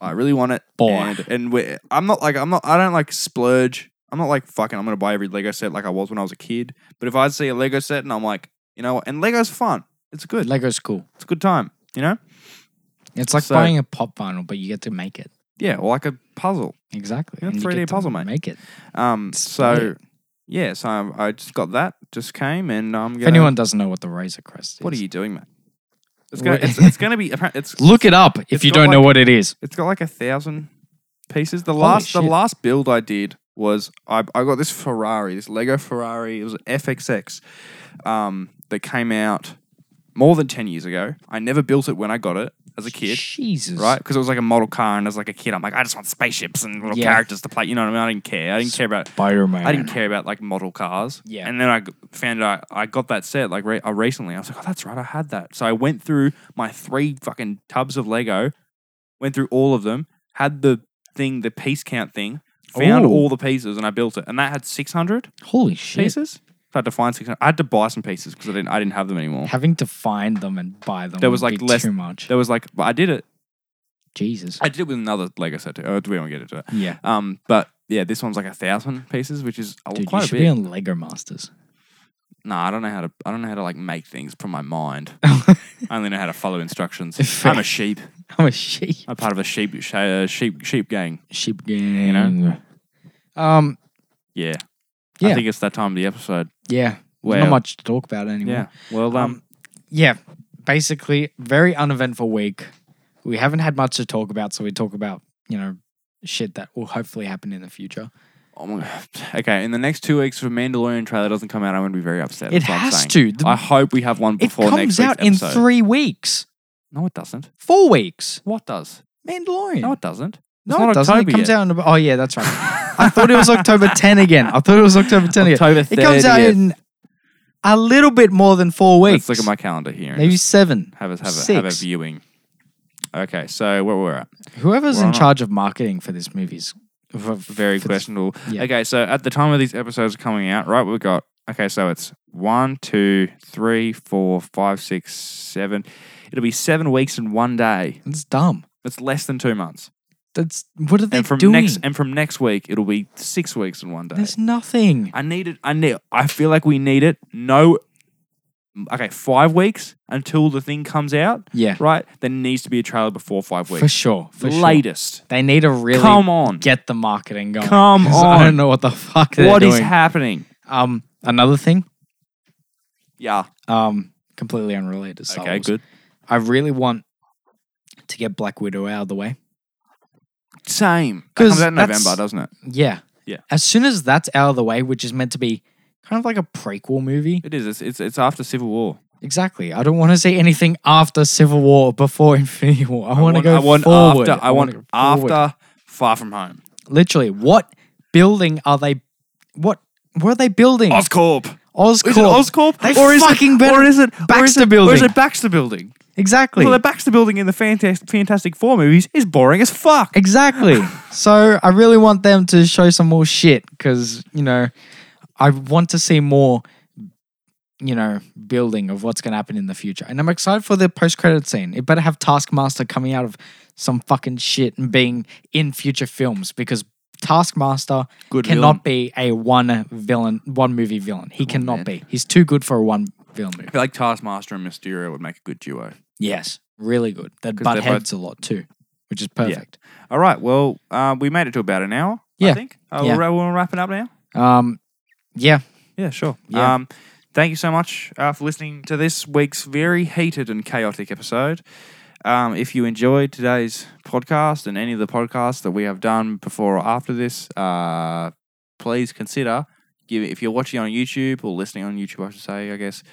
[SPEAKER 1] I really want it.
[SPEAKER 2] Boy.
[SPEAKER 1] And, and we I'm not like I'm not I don't like splurge. I'm not like fucking. I'm gonna buy every Lego set like I was when I was a kid. But if I see a Lego set and I'm like, you know, what? and Lego's fun. It's good.
[SPEAKER 2] Lego's cool.
[SPEAKER 1] It's a good time, you know?
[SPEAKER 2] It's like
[SPEAKER 1] So-
[SPEAKER 2] buying a pop vinyl, but you get to make it.
[SPEAKER 1] Yeah, or like a puzzle.
[SPEAKER 2] Exactly.
[SPEAKER 1] Yeah,
[SPEAKER 2] And you
[SPEAKER 1] 3D
[SPEAKER 2] get to
[SPEAKER 1] puzzle, mate.
[SPEAKER 2] Make it.
[SPEAKER 1] Um,
[SPEAKER 2] It's
[SPEAKER 1] so
[SPEAKER 2] great.
[SPEAKER 1] yeah, so I, I just got that, just came, and I'm going.
[SPEAKER 2] If anyone doesn't know what the Razor Crest is,
[SPEAKER 1] what are you doing, man? It's
[SPEAKER 2] What-
[SPEAKER 1] gonna, it's, it's gonna be. appar- It's
[SPEAKER 2] Look it up if
[SPEAKER 1] It's
[SPEAKER 2] you
[SPEAKER 1] got
[SPEAKER 2] don't know
[SPEAKER 1] like-
[SPEAKER 2] what it is.
[SPEAKER 1] it's got like a thousand pieces. The
[SPEAKER 2] Holy
[SPEAKER 1] last, the
[SPEAKER 2] shit.
[SPEAKER 1] last build I did was I, I got this Ferrari, this Lego Ferrari. It was an FXX, um, that came out more than ten years ago. I never built it when I got it as a kid.
[SPEAKER 2] Jesus.
[SPEAKER 1] right? Because it was like a model car, and as like a kid, I'm like, I just want spaceships and little
[SPEAKER 2] Yeah.
[SPEAKER 1] characters to play. You know what I mean? I didn't care. I didn't care about.
[SPEAKER 2] Spider Man.
[SPEAKER 1] I didn't care about like model cars.
[SPEAKER 2] Yeah.
[SPEAKER 1] And then I g- found out I got that set like re- uh, recently. I was like, oh, that's right, I had that. So I went through my three fucking tubs of Lego, went through all of them, had the thing, the piece count thing, found
[SPEAKER 2] Ooh.
[SPEAKER 1] all the pieces, and I built it. And that had 600
[SPEAKER 2] Holy shit.
[SPEAKER 1] pieces. I had to find 600. I had to buy some pieces because I didn't, I didn't have them anymore.
[SPEAKER 2] Having to find them and buy them.
[SPEAKER 1] There was,
[SPEAKER 2] would
[SPEAKER 1] like,
[SPEAKER 2] be
[SPEAKER 1] less-
[SPEAKER 2] too much.
[SPEAKER 1] There was like, but I did it.
[SPEAKER 2] Jesus.
[SPEAKER 1] I did it with another Lego set too. Oh, we won't get into it.
[SPEAKER 2] yeah.
[SPEAKER 1] Um, but yeah, this one's like a thousand pieces, which is a-
[SPEAKER 2] Dude,
[SPEAKER 1] Oh, quite
[SPEAKER 2] you
[SPEAKER 1] a
[SPEAKER 2] should
[SPEAKER 1] bit.
[SPEAKER 2] be on Lego Masters.
[SPEAKER 1] No, I don't know how to. I don't know how to like make things from my mind. I only know how to follow instructions.
[SPEAKER 2] Fair.
[SPEAKER 1] I'm a sheep.
[SPEAKER 2] I'm a sheep.
[SPEAKER 1] I'm part of a sheep sh- uh, sheep sheep gang.
[SPEAKER 2] Sheep gang. You know? Um,
[SPEAKER 1] Yeah. I
[SPEAKER 2] Yeah.
[SPEAKER 1] think it's that time of the episode.
[SPEAKER 2] yeah.
[SPEAKER 1] Well,
[SPEAKER 2] Not much to talk about anymore.
[SPEAKER 1] Yeah. Well, um,
[SPEAKER 2] Um, yeah. Basically, very uneventful week. We haven't had much to talk about, so we talk about, you know, shit that will hopefully happen in the future.
[SPEAKER 1] oh my God. okay. In the next two weeks, if a Mandalorian trailer doesn't come out, I'm going to be very upset.
[SPEAKER 2] It
[SPEAKER 1] That's what I'm
[SPEAKER 2] has
[SPEAKER 1] saying.
[SPEAKER 2] to. The-
[SPEAKER 1] I hope we have one
[SPEAKER 2] it
[SPEAKER 1] before next
[SPEAKER 2] comes
[SPEAKER 1] week's
[SPEAKER 2] out in
[SPEAKER 1] episode.
[SPEAKER 2] three weeks,
[SPEAKER 1] No, it doesn't.
[SPEAKER 2] four weeks.
[SPEAKER 1] What does?
[SPEAKER 2] Mandalorian.
[SPEAKER 1] No, it doesn't. It's
[SPEAKER 2] No,
[SPEAKER 1] not
[SPEAKER 2] it doesn't.
[SPEAKER 1] October
[SPEAKER 2] it comes
[SPEAKER 1] yet.
[SPEAKER 2] out in. Oh, yeah, that's right. I thought it was October 10 again. I thought it was October 10 again.
[SPEAKER 1] October 30th.
[SPEAKER 2] It comes out in a little bit more than four weeks.
[SPEAKER 1] Let's look at my calendar here. and
[SPEAKER 2] Maybe seven.
[SPEAKER 1] have a have a, have a
[SPEAKER 2] Six.
[SPEAKER 1] viewing. Okay, so where we're at.
[SPEAKER 2] Whoever's
[SPEAKER 1] Why
[SPEAKER 2] in
[SPEAKER 1] not?
[SPEAKER 2] charge of marketing for this movie's
[SPEAKER 1] Very
[SPEAKER 2] for this-
[SPEAKER 1] questionable.
[SPEAKER 2] yeah.
[SPEAKER 1] Okay, so at the time of these episodes coming out, right, we've got okay, so it's one, two, three, four, five, six, seven. It'll be seven weeks and one day.
[SPEAKER 2] It's dumb.
[SPEAKER 1] That's less than two months.
[SPEAKER 2] That's what are they
[SPEAKER 1] and from
[SPEAKER 2] doing?
[SPEAKER 1] next and from next week it'll be six weeks and one day.
[SPEAKER 2] There's nothing.
[SPEAKER 1] I need it I need I feel like we need it. No okay, five weeks until the thing comes out,
[SPEAKER 2] Yeah,
[SPEAKER 1] right? There needs to be a trailer before five weeks.
[SPEAKER 2] for sure. For sure.
[SPEAKER 1] Latest.
[SPEAKER 2] They need to really
[SPEAKER 1] Come on.
[SPEAKER 2] get the marketing going.
[SPEAKER 1] Come
[SPEAKER 2] 'cause I
[SPEAKER 1] on.
[SPEAKER 2] don't know what the fuck they're
[SPEAKER 1] What
[SPEAKER 2] doing.
[SPEAKER 1] is happening?
[SPEAKER 2] um, another thing.
[SPEAKER 1] Yeah.
[SPEAKER 2] Um, completely unrelated. to Star
[SPEAKER 1] Okay,
[SPEAKER 2] Wars.
[SPEAKER 1] good.
[SPEAKER 2] I really want to get Black Widow out of the way.
[SPEAKER 1] Same. Because
[SPEAKER 2] 'Cause
[SPEAKER 1] comes out in
[SPEAKER 2] that's-
[SPEAKER 1] November, doesn't it?
[SPEAKER 2] Yeah.
[SPEAKER 1] Yeah.
[SPEAKER 2] As soon as that's out of the way, which is meant to be kind of like a prequel movie.
[SPEAKER 1] It is. It's it's, it's after Civil War.
[SPEAKER 2] Exactly. I don't want to see anything after Civil War or before Infinity War. I, want to go
[SPEAKER 1] I want
[SPEAKER 2] forward.
[SPEAKER 1] after. I want
[SPEAKER 2] wanna go
[SPEAKER 1] after
[SPEAKER 2] forward.
[SPEAKER 1] Far From Home.
[SPEAKER 2] Literally, what building are they? What what are they building?
[SPEAKER 1] Oscorp.
[SPEAKER 2] Oscorp.
[SPEAKER 1] Is it Oscorp?
[SPEAKER 2] They
[SPEAKER 1] or is
[SPEAKER 2] fucking
[SPEAKER 1] it,
[SPEAKER 2] better-
[SPEAKER 1] Or is it or is
[SPEAKER 2] Baxter
[SPEAKER 1] it, Or is
[SPEAKER 2] Building.
[SPEAKER 1] it Baxter Building?
[SPEAKER 2] Exactly.
[SPEAKER 1] Well, the Baxter Building in the Fantastic Fantastic Four movies is boring as fuck.
[SPEAKER 2] exactly. so I really want them to show some more shit because you know I want to see more. You know, building of what's going to happen in the future, and I'm excited for the post-credit scene. It better have Taskmaster coming out of some fucking shit and being in future films because Taskmaster
[SPEAKER 1] Good
[SPEAKER 2] cannot be a one villain, one movie villain. He cannot be. He's too good for a one villain movie.
[SPEAKER 1] I feel like Taskmaster and Mysterio would make a good duo.
[SPEAKER 2] Yes, really good. That
[SPEAKER 1] 'Cause
[SPEAKER 2] butt
[SPEAKER 1] they're both-
[SPEAKER 2] heads a lot too, which is perfect.
[SPEAKER 1] All right. Well, uh, we made it to about an hour. I
[SPEAKER 2] Yeah.
[SPEAKER 1] think. Uh,
[SPEAKER 2] Yeah.
[SPEAKER 1] We're, we're wrapping up now.
[SPEAKER 2] Um, yeah,
[SPEAKER 1] Yeah. Sure.
[SPEAKER 2] Yeah.
[SPEAKER 1] Um, thank you so much uh, for listening to this week's very heated and chaotic episode. Um, if you enjoyed today's podcast and any of the podcasts that we have done before or after this, uh, please consider giving. If you're watching on YouTube or listening on YouTube, I should say, I guess,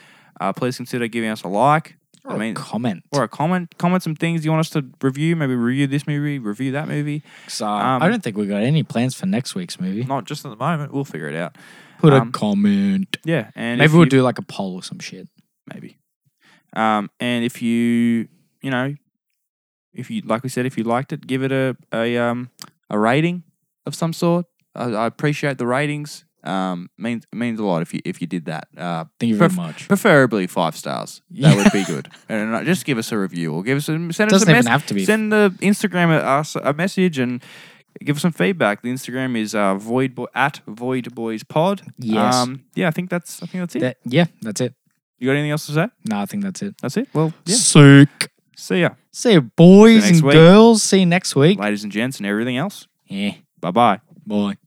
[SPEAKER 1] uh, please consider giving us a like.
[SPEAKER 2] Or
[SPEAKER 1] I
[SPEAKER 2] a
[SPEAKER 1] mean,
[SPEAKER 2] comment.
[SPEAKER 1] or a comment. Comment some things you want us to review. Maybe review this movie, review that movie.
[SPEAKER 2] 'Cause, uh,
[SPEAKER 1] um,
[SPEAKER 2] I don't think we got any plans for next week's movie.
[SPEAKER 1] Not just at the moment. We'll figure it out.
[SPEAKER 2] Put
[SPEAKER 1] um,
[SPEAKER 2] a comment.
[SPEAKER 1] Yeah, and
[SPEAKER 2] Maybe
[SPEAKER 1] if
[SPEAKER 2] we'll
[SPEAKER 1] you-
[SPEAKER 2] do like a poll or some shit.
[SPEAKER 1] maybe. Um, and if you, you know, if you like we said, if you liked it, give it a a um a rating of some sort. I, I appreciate the ratings. Um, means means a lot if you if you did that. Uh,
[SPEAKER 2] Thank you very
[SPEAKER 1] Pref-
[SPEAKER 2] much.
[SPEAKER 1] preferably five stars. That would be good. And uh, just give us a review or give us a send us
[SPEAKER 2] Doesn't
[SPEAKER 1] a
[SPEAKER 2] even
[SPEAKER 1] message.
[SPEAKER 2] have to be.
[SPEAKER 1] Send the Instagram at us a message and give us some feedback. The Instagram is uh, void boy, at void boys pod. Um,
[SPEAKER 2] Yes.
[SPEAKER 1] yeah, I think that's I think that's it.
[SPEAKER 2] That- yeah, that's it.
[SPEAKER 1] you got anything else to say?
[SPEAKER 2] No, I think that's it.
[SPEAKER 1] That's it. Well, yeah.
[SPEAKER 2] Sick.
[SPEAKER 1] See ya,
[SPEAKER 2] See you, boys
[SPEAKER 1] next
[SPEAKER 2] and
[SPEAKER 1] week.
[SPEAKER 2] girls. See you next week.
[SPEAKER 1] ladies and gents, and everything else.
[SPEAKER 2] yeah.
[SPEAKER 1] Bye bye.
[SPEAKER 2] Bye.